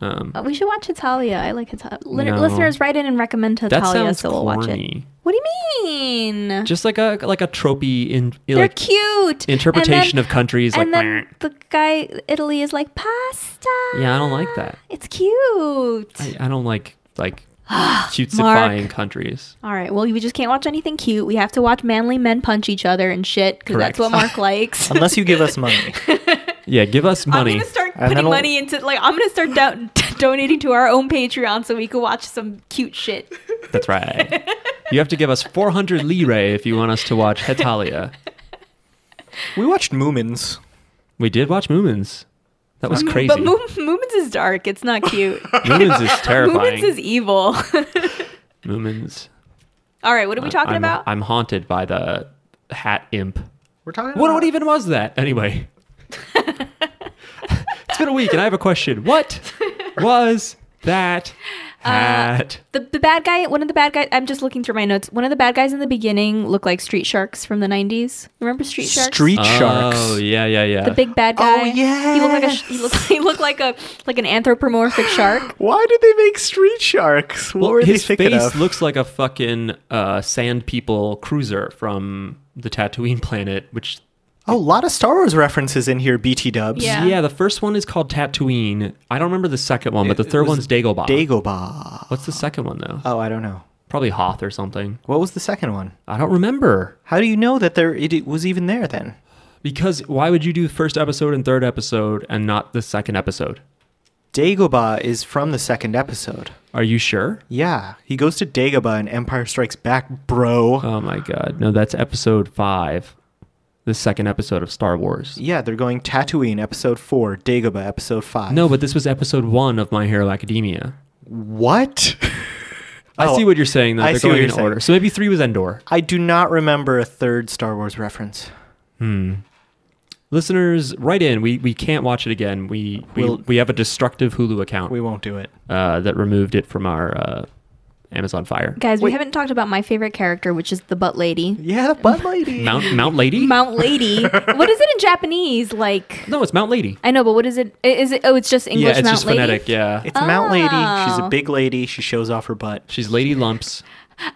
Um, Uh, We should watch Italia. I like Italia. No. Listeners, write in and recommend that Italia, sounds so we'll watch it. corny. What do you mean? Just like a like a tropey in They're like cute. interpretation of countries. Like, And then "Meh." the guy Italy is like pasta. yeah, I don't like that. It's cute. I, I don't like <sighs> like cutesifying countries. All right. Well, we just can't watch anything cute. We have to watch manly men punch each other and shit because Correct. that's what <laughs> Mark likes. Unless you give us <laughs> money. Yeah, give us I'm money. gonna start And then putting we'll- money into like I'm gonna start do- <laughs> donating to our own Patreon so we can watch some cute shit. That's <laughs> right. you have to give us 400 lire if you want us to watch Hetalia. We watched Moomins. We did watch Moomins. That was crazy. But Moom- Moomins is dark. It's not cute. Moomins is <laughs> terrifying. <laughs> Moomins is evil. <laughs> Moomins. All right, what are we talking I'm, about? I'm haunted by the hat imp. We're Oh. talking. What, what even was that? <laughs> Anyway. it's been a week and I have a question. What was that Uh, hat? the, the bad guy, one of the bad guys, I'm just looking through my notes. One of the bad guys in the beginning looked like Street Sharks from the 90s. Remember Street Sharks? Street Sharks. Oh, yeah, yeah, yeah. The big bad guy. Oh, He looked like a, sh- yes. he looked, <laughs> he looked like a like an anthropomorphic <gasps> shark. Why did they make Street Sharks? What Well, were his they thinking face of? looks like a fucking uh, sand people cruiser from the Tatooine planet, which oh, a lot of Star Wars references in here. BT Dubs. Yeah. yeah. the first one is called Tatooine. I don't remember the second one, but the It- it third was one's Dagobah. Dagobah. What's the second one though? Oh, I don't know. Probably Hoth or something. What was the second one? I don't remember. How do you know that there it, it was even there then? Because why would you do first episode and third episode and not the second episode? Dagobah is from the second episode. Are you sure? Yeah, he goes to Dagobah in Empire Strikes Back, bro. Oh my god. No, that's episode 5. The second episode of Star Wars. yeah, they're going Tatooine episode 4, Dagobah episode 5. No, but this was episode 1 of My Hero Academia. What? I Oh, see what you're saying. Though. I They're see what going you're in saying. order. So maybe three was Endor. I do not remember a third Star Wars reference. Listeners, write in. We we can't watch it again. We we, We'll- we have a destructive Hulu account We won't do it. uh, that removed it from our uh, Amazon Fire. Guys, we Wait. haven't talked about my favorite character, which is the butt lady. Yeah, the butt lady. Mount Mount Lady. <laughs> Mount Lady. what is it in Japanese? Like no, it's Mount Lady. I know, but what is it? i- Is it? Oh, it's just English. yeah, it's Mount just Lady? <laughs> phonetic. Yeah, It's Mount Lady. She's Oh. a big lady. She shows off her butt. she's Lady Lumps.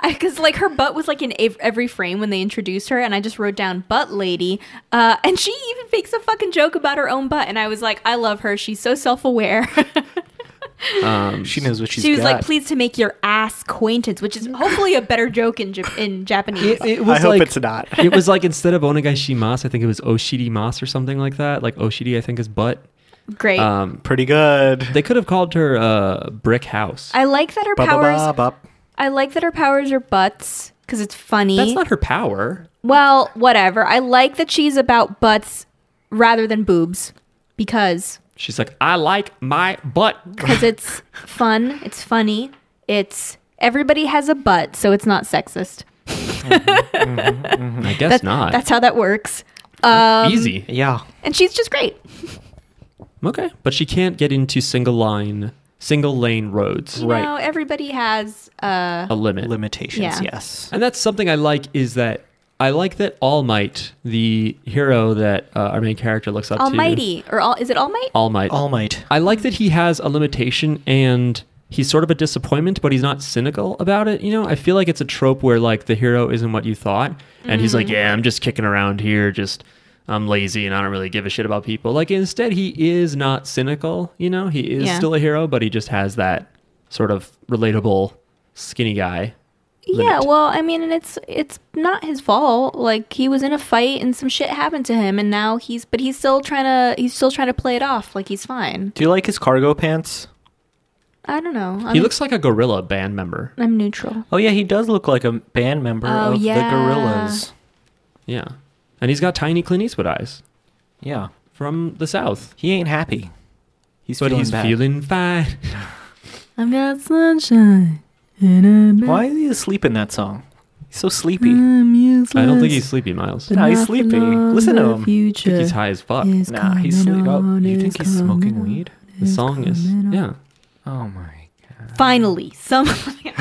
because like her butt was like in ev- every frame when they introduced her, and I just wrote down butt lady, uh, and she even makes a fucking joke about her own butt, and I was like, I love her. She's so self aware. Um, She knows what she's <laughs> she was like, got. pleased to make your ass acquaintance, which is hopefully a better joke in Jap- in Japanese. it I hope it's <laughs> not. it was like instead of Onegai Mas, I think it was Oshiri Mas or something like that. Like Oshiri, I think is butt. Great. Um, Pretty good. they could have called her uh, Brick House. I like that her Ba, ba, powers. ba, ba. I like that her powers are butts because it's funny. That's not her power. well, whatever. I like that she's about butts rather than boobs because She's like, I like my butt. because it's fun, it's funny, it's everybody has a butt, so it's not sexist. I guess not. That's um, how that works. Easy. Yeah. And she's just great. Okay, but she can't get into single line, single lane roads. You Right. know, everybody has uh A limit. Limitations, Yeah. yes. And that's something I like is that I like that All Might, the hero that uh, our main character looks up to, Almighty or all is it All Might? All Might. All Might. I like that he has a limitation and he's sort of a disappointment, but he's not cynical about it. You know, I feel like it's a trope where like the hero isn't what you thought, and he's like, yeah, I'm just kicking around here, just I'm lazy and I don't really give a shit about people. Like instead, he is not cynical. You know, he is Yeah. still a hero, but he just has that sort of relatable skinny guy. yeah, limit. well, I mean, and it's it's not his fault. Like he was in a fight and some shit happened to him and now he's but he's still trying to he's still trying to play it off like he's fine. Do you like his cargo pants? I don't know. I'm, He looks like a gorilla band member. I'm neutral. Oh yeah, he does look like a band member Oh, of yeah. the Gorillas. Yeah, and he's got tiny Clint Eastwood eyes Yeah, from the south. he ain't happy. He's But feeling he's bad. feeling fine. <laughs> I've got sunshine and Why is he asleep in that song? He's so sleepy. I'm useless. I don't think he's sleepy, Miles. No, he's sleepy. Listen to him. think he's high as fuck. Nah, he's sleep. Oh, you think he's smoking weed? The song is yeah. Oh my. Finally, some. <laughs>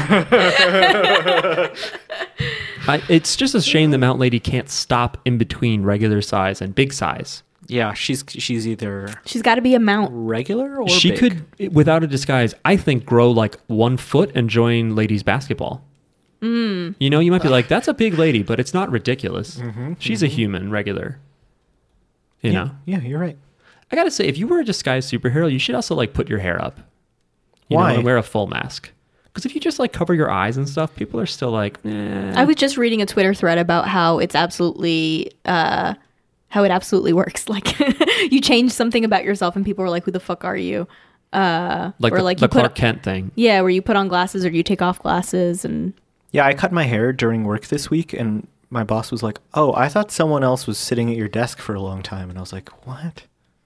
I, it's just a shame that Mount Lady can't stop in between regular size and big size. Yeah, she's she's either She's got to be a mount. regular or she big. could, without a disguise, I think, grow like one foot and join ladies basketball. Mm. You know, you might be like, "That's a big lady," but it's not ridiculous. Mm-hmm. She's a human, regular. You know, Yeah, you're right. I gotta say, if you were a disguised superhero, you should also like put your hair up. You Why? know, and wear a full mask. Because if you just like cover your eyes and stuff, people are still like, eh. I was just reading a Twitter thread about how it's absolutely uh, how it absolutely works. <laughs> Like you change something about yourself, and people were like, "Who the fuck are you?" like or the, like the you put- Clark Kent thing. Yeah, where you put on glasses or you take off glasses, and Yeah, I cut my hair during work this week, and my boss was like, "Oh, I thought someone else was sitting at your desk for a long time," and I was like, "What?"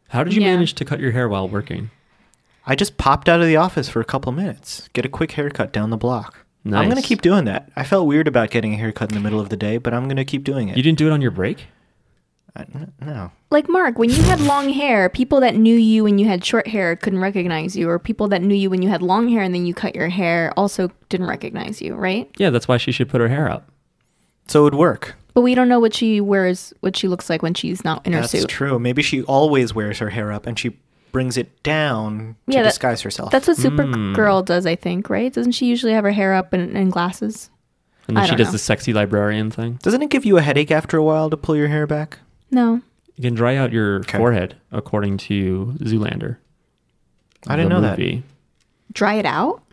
How did you Yeah. manage to cut your hair while working? I just popped out of the office for a couple minutes, get a quick haircut down the block. I'm gonna Nice. keep doing that. I felt weird about getting a haircut in the middle of the day, but I'm gonna keep doing it. You didn't do it on your break? I- n- no, Like Mark, when you had long hair, people that knew you when you had short hair couldn't recognize you, or people that knew you when you had long hair and then you cut your hair also didn't recognize you, right? Yeah, that's why she should put her hair up. so it would work. But we don't know what she wears, what she looks like when she's not in her That's suit. true. Maybe she always wears her hair up and she brings it down to Yeah, that- disguise herself. That's what Hmm. Supergirl does, I think, right? Doesn't she usually have her hair up and, and glasses? And then I she don't does know. the sexy librarian thing. Doesn't it give you a headache after a while to pull your hair back? No. You can dry out your Okay. forehead, according to Zoolander. I didn't the know that. movie. Dry it out?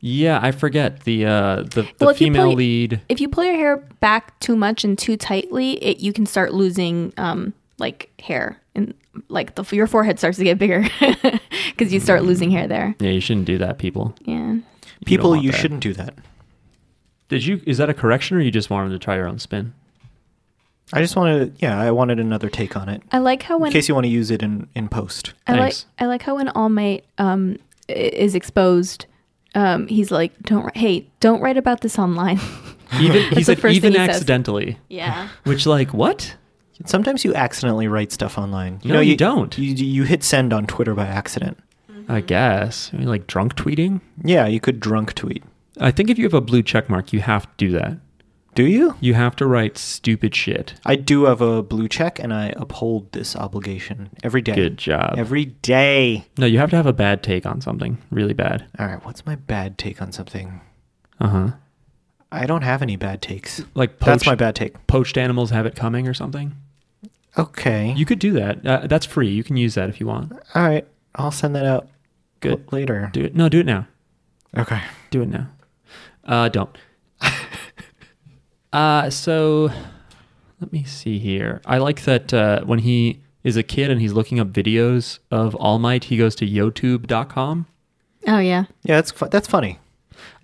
Yeah, I forget the uh, the, the Well, if you female play- lead. If you pull your hair back too much and too tightly, it you can start losing um like hair and like the your forehead starts to get bigger <laughs> cuz you start losing hair there. Yeah, you shouldn't do that, people. Yeah. don't People, want you that. shouldn't do that. Did you? Is that a correction, or you just wanted to try your own spin? I just wanted, yeah, I wanted another take on it I like how in when case you want to use it in, in post. I like Thanks. I like how when All Might um i- is exposed um he's like don't wri- hey, don't write about this online. <laughs> Even he the said first even thing he says. accidentally, yeah. which like what? Sometimes you accidentally write stuff online. No, you don't. You, you hit send on Twitter by accident. I guess I mean, like drunk tweeting. Yeah, you could drunk tweet. I think if you have a blue check mark, you have to do that. Do you? You have to write stupid shit. I do have a blue check and I uphold this obligation every day. Good job. Every day. no, you have to have a bad take on something, really bad. All right, what's my bad take on something? Uh huh. I don't have any bad takes. Like poached, Uh-huh. That's my bad take. poached animals have it coming or something. Okay. You could do that. Uh, that's free. You can use that if you want. All right, I'll send that out Good. l- later. Do it. No, do it now. Okay. Do it now. Uh, don't. <laughs> uh, so let me see here. I like that uh, when he is a kid and he's looking up videos of All Might, he goes to YouTube.com. Oh yeah. Yeah, that's fu- that's funny.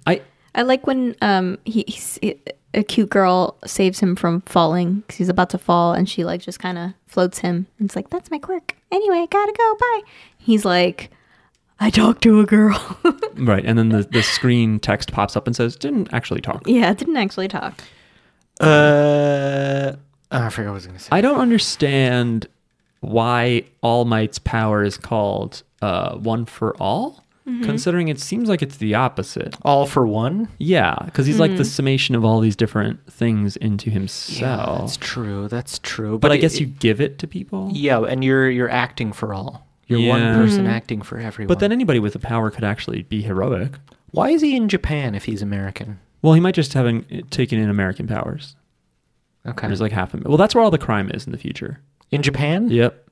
I I like when um he, he's a cute girl saves him from falling because he's about to fall and she like just kind of floats him and it's like that's my quirk anyway gotta go bye he's like I talked to a girl <laughs> right, and then the, the screen text pops up and says, "Didn't actually talk." yeah I didn't actually talk Uh, I forgot what I was gonna say. I don't understand why All Might's power is called uh, One for All, Mm-hmm. considering it seems like it's the opposite. All for one. Yeah, because he's Mm-hmm. like the summation of all these different things into himself. that's true. That's true. but I it- guess you it- give it to people. Yeah, and you're you're acting for all. You're one Yeah. person acting for everyone. But then anybody with the power could actually be heroic. why is he in Japan if he's American? Well, he might just haven't taken in American powers. Okay. There's like half a well, that's where all the crime is in the future. in Japan? Yep,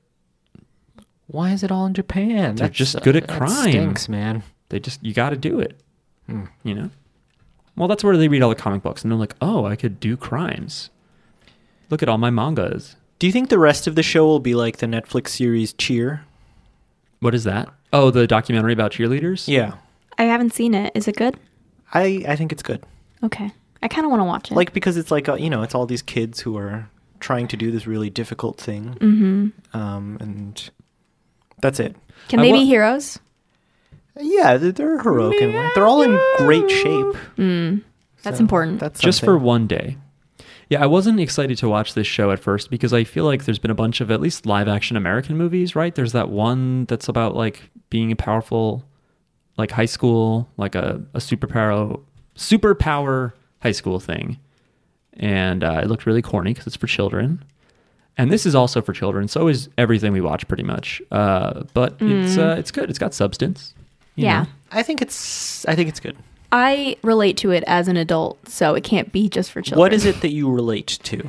Why is it all in Japan? They're just good at that crime. Stinks, man. they just you got to do it. You know. Well, that's where they read all the comic books, and they're like, "Oh, I could do crimes. Look at all my mangas. Do you think the rest of the show will be like the Netflix series Cheer? What is that? Oh, the documentary about cheerleaders. Yeah, I haven't seen it is it good I I think it's good. okay I kind of want to watch it like because it's like uh, you know it's all these kids who are trying to do this really difficult thing mm-hmm. um, and that's it can I they wa- be heroes yeah they're, they're heroic and wha- they're all in great shape that's So important that's just for something. one day. Yeah, I wasn't excited to watch this show at first because I feel like there's been a bunch of at least live action American movies, right? There's that one that's about like being a powerful like high school, like a, a superpower superpower high school thing. And uh, it looked really corny because it's for children. And this is also for children. So is everything we watch pretty much. Uh, but it's uh, it's good. It's got substance. you yeah know. i think it's i think it's good I relate to it as an adult so it can't be just for children what is it that you relate to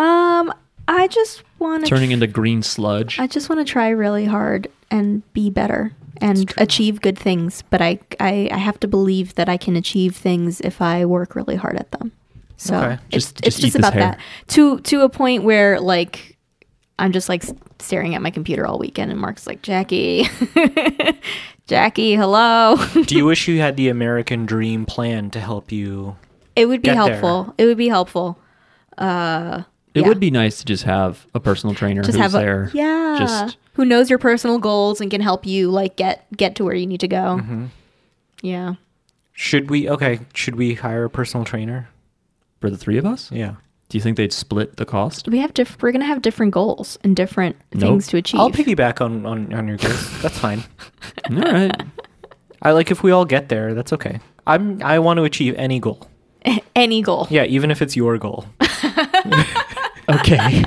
um I just want to Turning into green sludge. I just want to try really hard and be better and achieve good things, but I, I I have to believe that I can achieve things if I work really hard at them. So Okay. it's Just- it's just eat just this about hair. that to to a point where like I'm just like s- staring at my computer all weekend, and Mark's like Jackie, <laughs> Jackie, hello. <laughs> do you wish you had the american dream plan to help you it would be Get there. helpful. It would be helpful. It Yeah. would be nice to just have a personal trainer just who's have a there. yeah Just who knows your personal goals and can help you like get get to where you need to go Mm-hmm. yeah Should we? Okay. Should we hire a personal trainer? for the three of us? Yeah. Do you think they'd split the <laughs> cost? we have diff- we're gonna have different goals and different things to achieve I'll piggyback on on, on your goals. That's fine. All right. I like if we all get there. That's okay. I'm. I want to achieve any goal. any goal Yeah, even if it's your goal. Okay.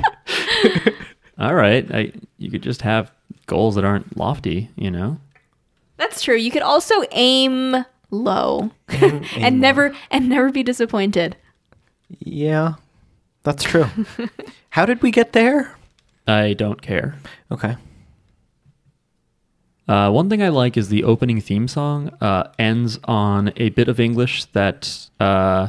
<laughs> All right. I, you could just have goals that aren't lofty, you know? <laughs> that's true you could also aim low <laughs> and never and never be disappointed Yeah, that's <laughs> true. How did we get there? I don't care. Okay. Uh, one thing I like is the opening theme song uh, ends on a bit of English that uh,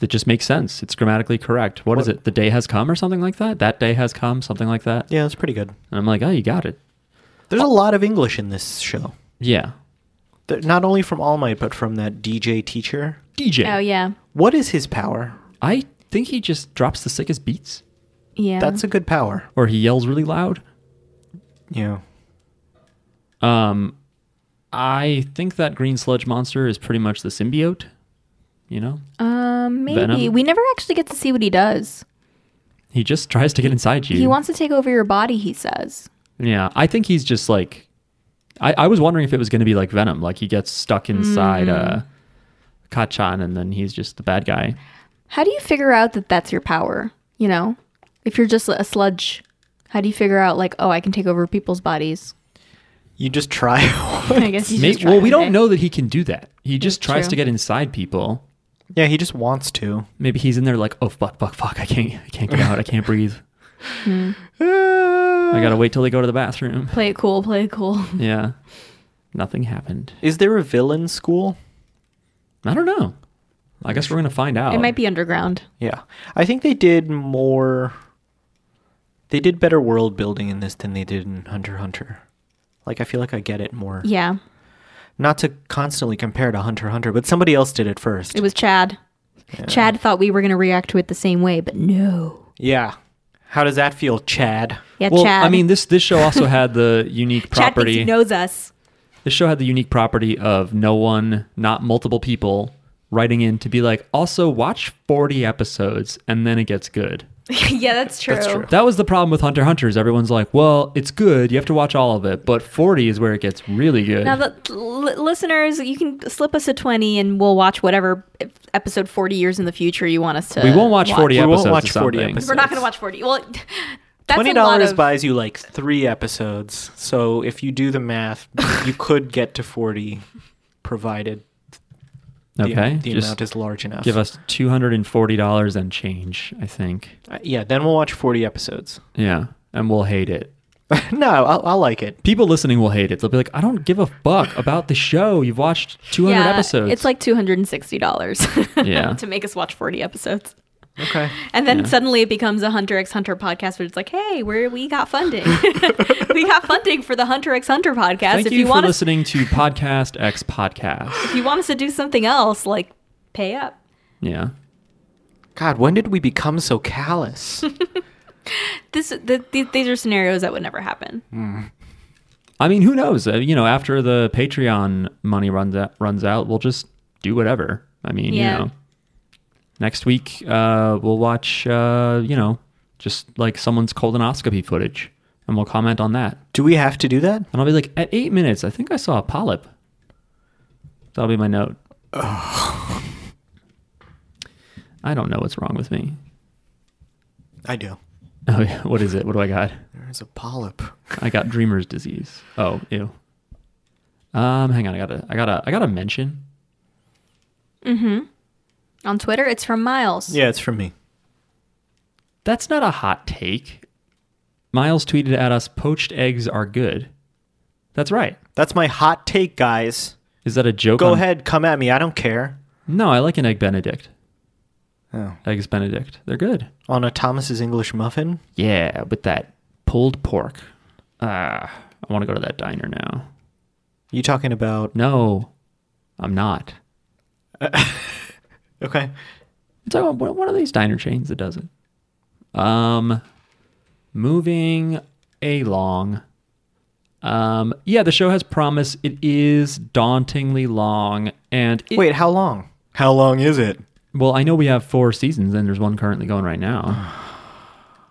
that just makes sense. It's grammatically correct. what is it? The day has come or something like that? That day has come, something like that. Yeah, that's pretty good. And I'm like, oh, you got it. There's a lot of English in this show. Yeah. Th- Not only from All Might, but from that DJ teacher. DJ. oh yeah What is his power? I think he just drops the sickest beats yeah That's a good power. or he yells really loud. Yeah. Um, I think that green sludge monster is pretty much the symbiote, you know? um maybe Venom. we never actually get to see what he does He just tries to get inside you. he wants to take over your body he says Yeah, I think he's just like. I, I was wondering if it was going to be like Venom, like he gets stuck inside uh, Mm. Kachan, and then he's just the bad guy. how do you figure out that that's your power you know if you're just a sludge how do you figure out like oh i can take over people's bodies <laughs> You just try. <laughs> i guess you May- just well, try we one don't day. know that he can do that. He just That's tries true. to get inside people. yeah, he just wants <laughs> to. Maybe he's in there like, oh fuck, fuck, fuck, I can't, I can't get out, I can't breathe. I gotta wait till they go to the bathroom. play it cool play it cool Yeah, nothing happened. Is there a villain school? I don't know. I guess we're gonna find out. it might be underground Yeah. I think they did more. They did better world building in this than they did in Hunter x Hunter. Like, I feel like I get it more. yeah Not to constantly compare to Hunter x Hunter, but somebody else did it first. it was chad chad thought we were going to react to it the same way but no yeah. How does that feel, Chad? yeah Well, chad I mean, this this show also had <laughs> the unique chad property. thinks he knows us <laughs> The show had the unique property of no one, not multiple people, writing in to be like, also watch 40 episodes and then it gets good. yeah that's true. That's true. That was the problem with Hunter x Hunter is everyone's like, well, it's good, you have to watch all of it, but 40 is where it gets really good. now the l- listeners you can slip us a 20 and we'll watch whatever episode 40 years in the future you want us to we won't watch 40 We won't episodes. watch of 40 something. episodes. we're not going to watch 40 well <laughs> that's Twenty a lot dollars of, buys you like three episodes. So if you do the math, you could get to forty, provided the, Okay. the just amount is large enough. give us $240 and change, I think. Uh, yeah, then we'll watch forty episodes. <laughs> Yeah. And we'll hate it. no, I'll, I'll like it. People listening will hate it. They'll be like, I don't give a fuck about the show. You've watched 200 yeah, episodes. It's like two hundred and sixty dollars. <laughs> Yeah. To make us watch forty episodes, Okay. and then suddenly it becomes a Hunter x Hunter podcast, where it's like, hey, we're, we got funding. <laughs> we got funding for the Hunter x Hunter podcast. Thank if you, you, for want us, listening <laughs> to Podcast X Podcast. if you want us to do something else, like pay up. Yeah. God, when did we become so <laughs> callous? This the, the, these are scenarios that would never happen. I mean, who knows? Uh, you know, after the Patreon money runs out, runs out, we'll just do whatever. I mean, Yeah. you know, next week uh, we'll watch, uh, you know, just like someone's colonoscopy footage, and we'll comment on that. do we have to do that? And I'll be like, at eight minutes, I think I saw a polyp. That'll be my <sighs> note. I don't know what's wrong with me. I do. Oh, yeah. What is it? What do I got? There's a polyp. I got dreamer's disease. Oh, ew. Um, hang on. I gotta, I gotta, I gotta mention. On Twitter, it's from Miles. Yeah, it's from me. That's not a hot take. Miles tweeted at us, "Poached eggs are good." That's right. That's my hot take, guys. Is that a joke? Go on- ahead, come at me. I don't care. No, I like an egg Benedict. Oh. Eggs Benedict. They're good. On a Thomas's English muffin. Yeah, with that pulled pork. Ah, I want to go to that diner now. You talking about? No, I'm not. Okay. It's like one one of these diner chains that does it. Um, moving along. Um, yeah, the show has promise. It is dauntingly long, and it, Wait, how long? How long is it? well, I know we have four seasons, and there's one currently going right now.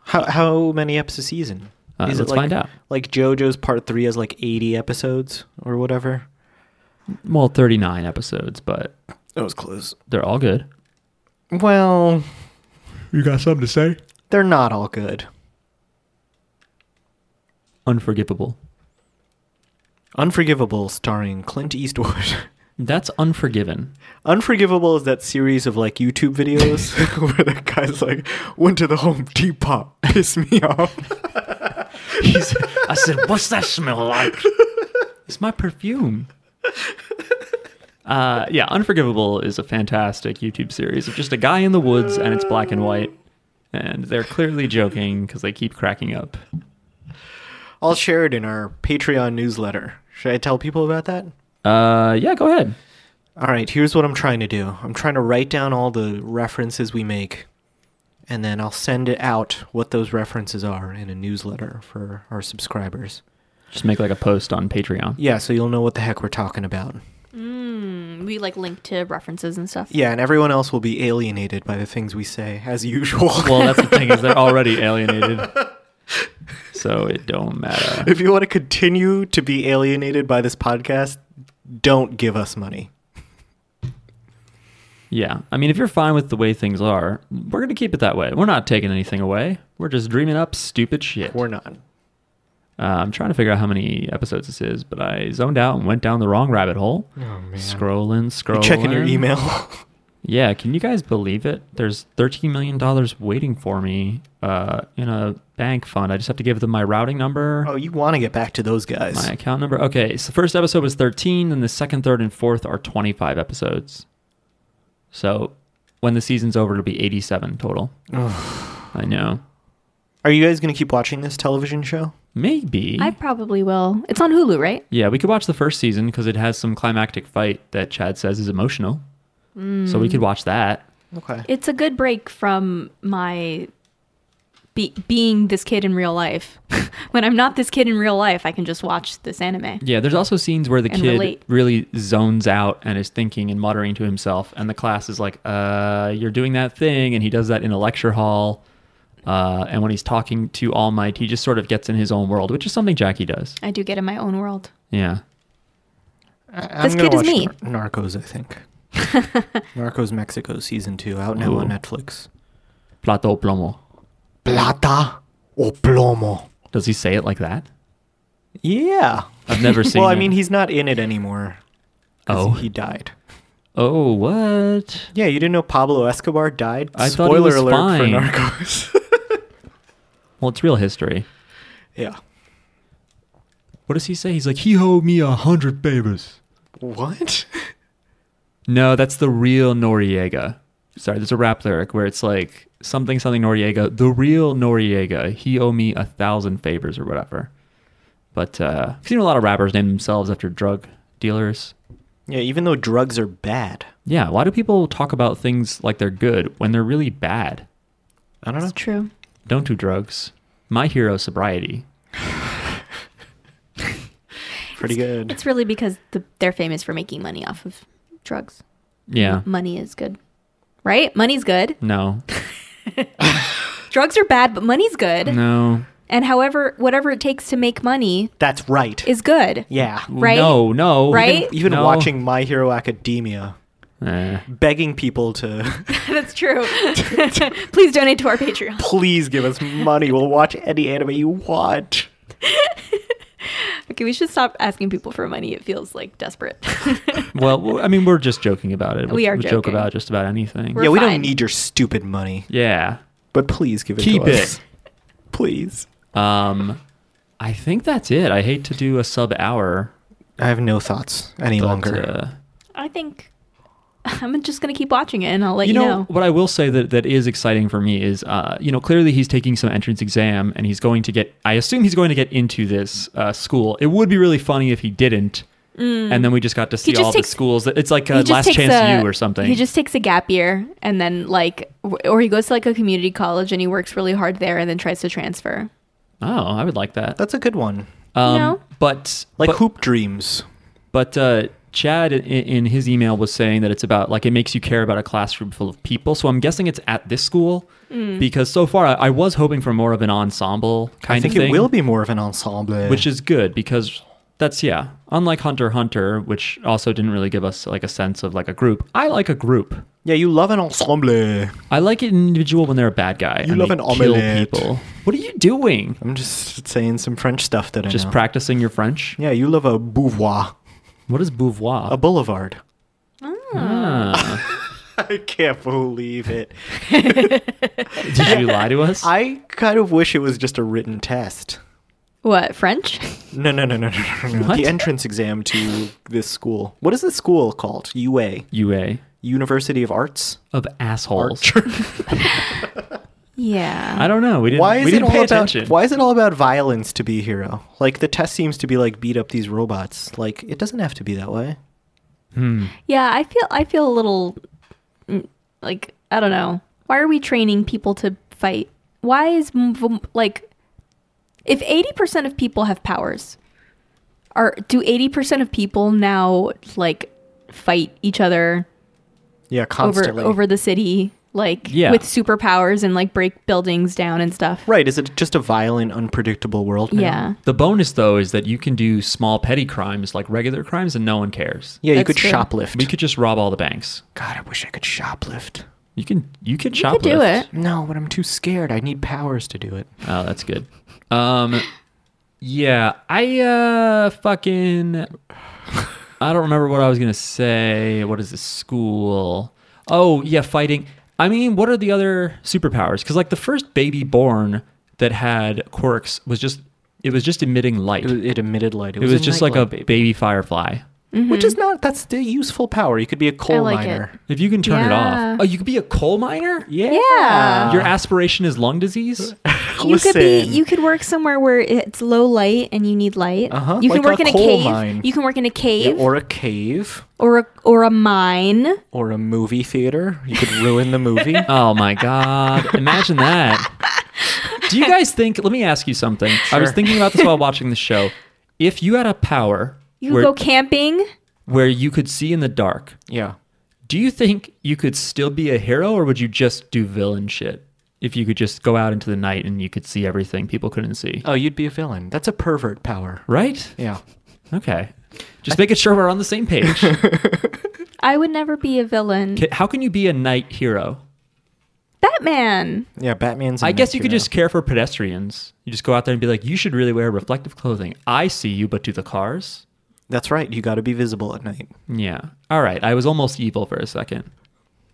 How how many episodes a season? Uh, is it let's like, find out. Like JoJo's Part Three has like eighty episodes or whatever. Well, 39 episodes, but That was close. they're all good. Well, You got something to say? they're not all good. Unforgivable. Unforgivable, starring Clint Eastwood. <laughs> That's unforgiven. Unforgivable is that series of like YouTube <laughs> videos where the guy's like, went to the Home Depot, <laughs> pissed me off. He's, I said, "What's that smell like?" It's my perfume. Uh, yeah, Unforgivable is a fantastic YouTube series of just a guy in the woods, and it's black and white, and they're clearly joking because they keep cracking up. I'll share it in our Patreon newsletter. Should I tell people about that? Uh, yeah, go ahead. All right, here's what I'm trying to do I'm trying to write down all the references we make, and then I'll send it out what those references are in a newsletter for our subscribers. Just make like a post on Patreon. Yeah, so you'll know what the heck we're talking about. We like link to references and stuff. Yeah, and everyone else will be alienated by the things we say, as usual. Well, that's the thing is they're already alienated, so it don't matter. if you want to continue to be alienated by this podcast, don't give us money. Yeah. I mean, if you're fine with the way things are, we're going to keep it that way. We're not taking anything away. We're just dreaming up stupid shit. We're not. Uh, I'm trying to figure out how many episodes this is, but I zoned out and went down the wrong rabbit hole. Scrolling, Oh, You scrolling. checking your email? <laughs> Yeah. Can you guys believe it? There's $13 million waiting for me uh, in a bank fund. I just have to give them my routing number. oh, you want to get back to those guys. My account number. Okay, so first episode was 13, and the second, third, and fourth are 25 episodes. So when the season's over, it'll be 87 total. I know. Are you guys going to keep watching this television show? Maybe. I probably will. It's on Hulu, right? Yeah, we could watch the first season because it has some climactic fight that Chad says is emotional. So we could watch that. Okay. It's a good break from my be- being this kid in real life. <laughs> when I'm not this kid in real life, I can just watch this anime. Yeah, there's also scenes where the And kid relate. really zones out and is thinking and muttering to himself, and the class is like, "Uh, you're doing that thing," and he does that in a lecture hall. Uh, and when he's talking to All Might, he just sort of gets in his own world, which is something Jackie does. I do get in my own world. Yeah, I- This I'm gonna kid is watch me. Nar- Narcos, I <laughs> think. Narcos Mexico season two out now on Ooh. Netflix. plato plomo. Plata o plomo. Does he say it like that? Yeah. I've <laughs> never seen. Well, I it. mean, he's not in it anymore. 'cause Oh. he died. oh, what? Yeah, you didn't know Pablo Escobar died. I thought he Spoiler was alert fine. for Narcos. Well, it's real history. yeah. What does he say? He's like, "He owed me a hundred favors." What? No, that's the real Noriega. Sorry, there's a rap lyric where it's like something something Noriega, the real Noriega. He owe me a thousand favors or whatever. But uh, I've seen a lot of rappers name themselves after drug dealers. Yeah, even though drugs are bad. Yeah, why do people talk about things like they're good when they're really bad? I don't know. It's true. Don't do drugs. My hero, sobriety. Pretty good. It's really because the, they're famous for making money off of drugs. Yeah. Money is good, right? Money's good. <laughs> No. Drugs are bad, but money's good. No. And however, whatever it takes to make money That's right. <laughs> is good. <laughs> yeah. Right? No. No. Right? Even No. watching My Hero Academia, Eh. begging people to <laughs> That's true. <laughs> Please donate to our Patreon. <laughs> please give us money. We'll watch any anime you want. Okay, we should stop asking people for money. It feels like desperate. <laughs> Well, w- I mean, we're just joking about it. We are joke joking. about just about anything. We're yeah, we fine. don't need your stupid money, yeah. but please give it Keep to it. us. Please. Um, I think that's it. I hate to do a sub hour I have no thoughts any but, longer. uh, I think I'm just gonna keep watching it, and I'll let you you, know, what I will say that that is exciting for me is, uh, you know, clearly he's taking some entrance exam and he's going to get. I assume he's going to get into this uh, school. It would be really funny if he didn't, and then we just got to see Mm. just all takes- the schools. It's like He a just Uh, Last takes Chance a- U or something. He just takes a gap year and then like, w- or he goes to like a community college and he works really hard there and then tries to transfer. oh, I would like that. That's a good one. Um, No. But Like but, hoop dreams. But uh, Chad, in, in his email, was saying that it's about like it makes you care about a classroom full of people. So I'm guessing it's at this school because so far I, I was hoping for more of an ensemble kind I think of thing, it will be more of an ensemble. which is good because that's yeah. Unlike Hunter x Hunter, which also didn't really give us like a sense of like a group. I like a group. yeah, you love an ensemble. I like an individual when they're a bad guy. You and love they an kill omelette. people. What are you doing? I'm just saying some French stuff that I Just know. practicing your French. yeah, you love a boulevard, What is Beauvoir? a boulevard. Ah. <laughs> I can't believe it. Did <laughs> you lie to us? I kind of wish it was just a written test. What French? No, no, no, no, no, no, no. What? The entrance exam to this school. What is this school called? UA, UA University of Arts. of assholes. yeah. I don't know. We didn't. Why is we it didn't all pay about? attention. Why is it all about violence to be a hero? Like the test seems to be like beat up these robots. Like it doesn't have to be that way. Yeah, I feel I feel a little mm, like I don't know. Why are we training people to fight? Why is m- v- like if 80% of people have powers, are do 80% of people now like fight each other Yeah, constantly. over over the city like Yeah. with superpowers and like break buildings down and stuff? Right? Is it just a violent, unpredictable world? now? Yeah. The bonus though is that you can do small petty crimes like regular crimes, and no one cares. Yeah, you That's could true. shoplift. We could just rob all the banks. God, I wish I could shoplift. You can. You can You shoplift. could do it. No, but I'm too scared. I need powers to do it. Oh, that's good. Um, yeah, I uh fucking. I don't remember what I was gonna say. What is this school? Oh yeah, fighting. I mean, what are the other superpowers? Because like the first baby born that had quirks was just it was just emitting light. It, was- it emitted light. It was, a just like a nightlight, baby. baby. firefly. which is not. That's the useful power. You could be a coal like it. miner. If you can turn it Yeah. off. Oh, you could be a coal miner? Yeah. Yeah. Your aspiration is lung disease? You could be you could work somewhere where it's low light and you need light. Uh-huh, You can like work a in a coal cave. mine. You can work in a Yeah, cave or a cave, or a, or a mine. or a movie theater. You could ruin the <laughs> movie. <laughs> oh my god. Imagine that. Do you guys think let me ask you something. I was Sure. thinking about this while watching the show. If you had a power You where, could go camping. where you could see in the dark, yeah. do you think you could still be a hero or would you just do villain shit? If you could just go out into the night and you could see everything people couldn't see. Oh, you'd be a villain. That's a pervert power. Right? Yeah. Okay. Just making sure we're on the same page. I would never be a villain. Ca- How can you be a knight hero? Batman. Yeah, Batman's. a I guess you knight could hero. just care for pedestrians. You just go out there and be like, you should really wear reflective clothing. I see you, but do the cars? That's right. You got to be visible at night. Yeah. All right. I was almost evil for a second.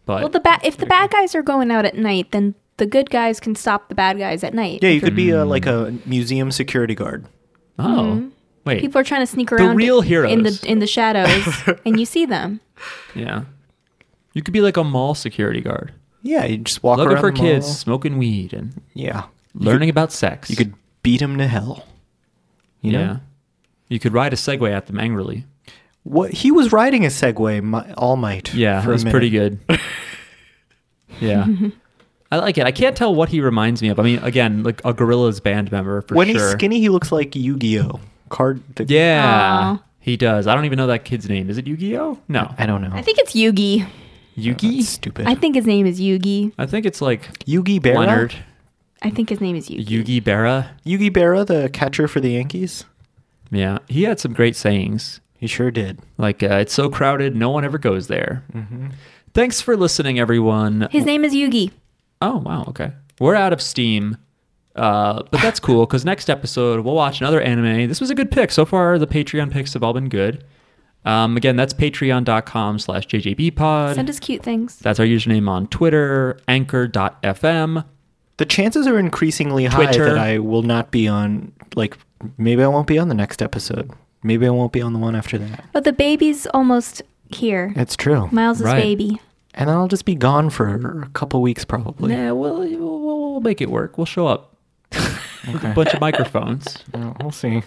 But Well, the bat. If the bad guys are going out at night, then the good guys can stop the bad guys at night. Yeah, you could be a, like a museum security guard. oh, wait. hmm. People are trying to sneak around real in heroes. the in <laughs> the shadows, and you see them. yeah. You could be like a mall security guard, Yeah, you just walk looking around for the mall. kids smoking weed and Yeah, learning about sex. you could beat him to hell. You know? yeah. You could ride a Segway at them angrily. What he was riding a Segway, my, All Might. Yeah, it for a was minute. pretty good. <laughs> yeah. I like it. I can't tell what he reminds me of. I mean, again, like a Gorillas band member for When sure. he's skinny, he looks like Yu-Gi-Oh. Card. The, Yeah, Aw. he does. I don't even know that kid's name. Is it Yu-Gi-Oh? <laughs> No, I don't know. I think it's Yugi. Yugi. That's stupid. I think his name is Yugi. I think it's like Yugi Berra. Leonard I think his name is Yugi. Yugi Berra. Yugi Berra, the catcher for the Yankees. Yeah, he had some great sayings He sure did. like uh, "It's so crowded, no one ever goes there." Mm-hmm. Thanks for listening, everyone. His name is Yugi. Oh wow, okay. We're out of steam. Uh, but that's cool because next episode we'll watch another anime. This was a good pick. So far the Patreon picks have all been good. Um, again, that's patreon.com slash Send jjbpod. us cute things. That's our username on Twitter, anchor.fm. The chances are increasingly Twitter. high that I will not be on. Like, maybe I won't be on the next episode. Maybe I won't be on the one after that. Oh, the baby's almost here. It's true. Miles' Right. baby. And then I'll just be gone for a couple weeks, probably. Yeah, we'll, we'll, we'll make it work. We'll show up. Okay. A bunch of microphones. Yeah, we'll see.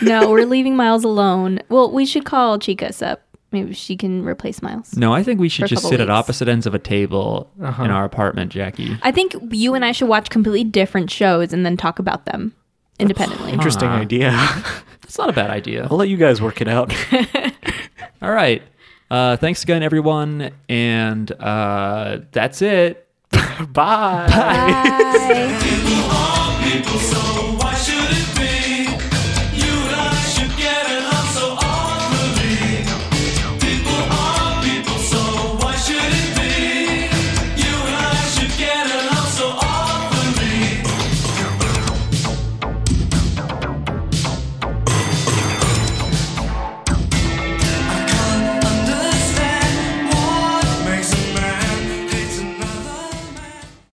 no, we're leaving Miles alone. Well, we should call Chica's up. Maybe she can replace Miles. No, I think we should For a just couple sit at weeks. opposite ends of a table in our apartment, Jackie. I think you and I should watch completely different shows and then talk about them independently. Interesting Huh. idea. <laughs> That's not a bad idea. I'll let you guys work <laughs> it out. All right. Uh, thanks again, everyone. And uh, that's it. Bye. Bye. People are people so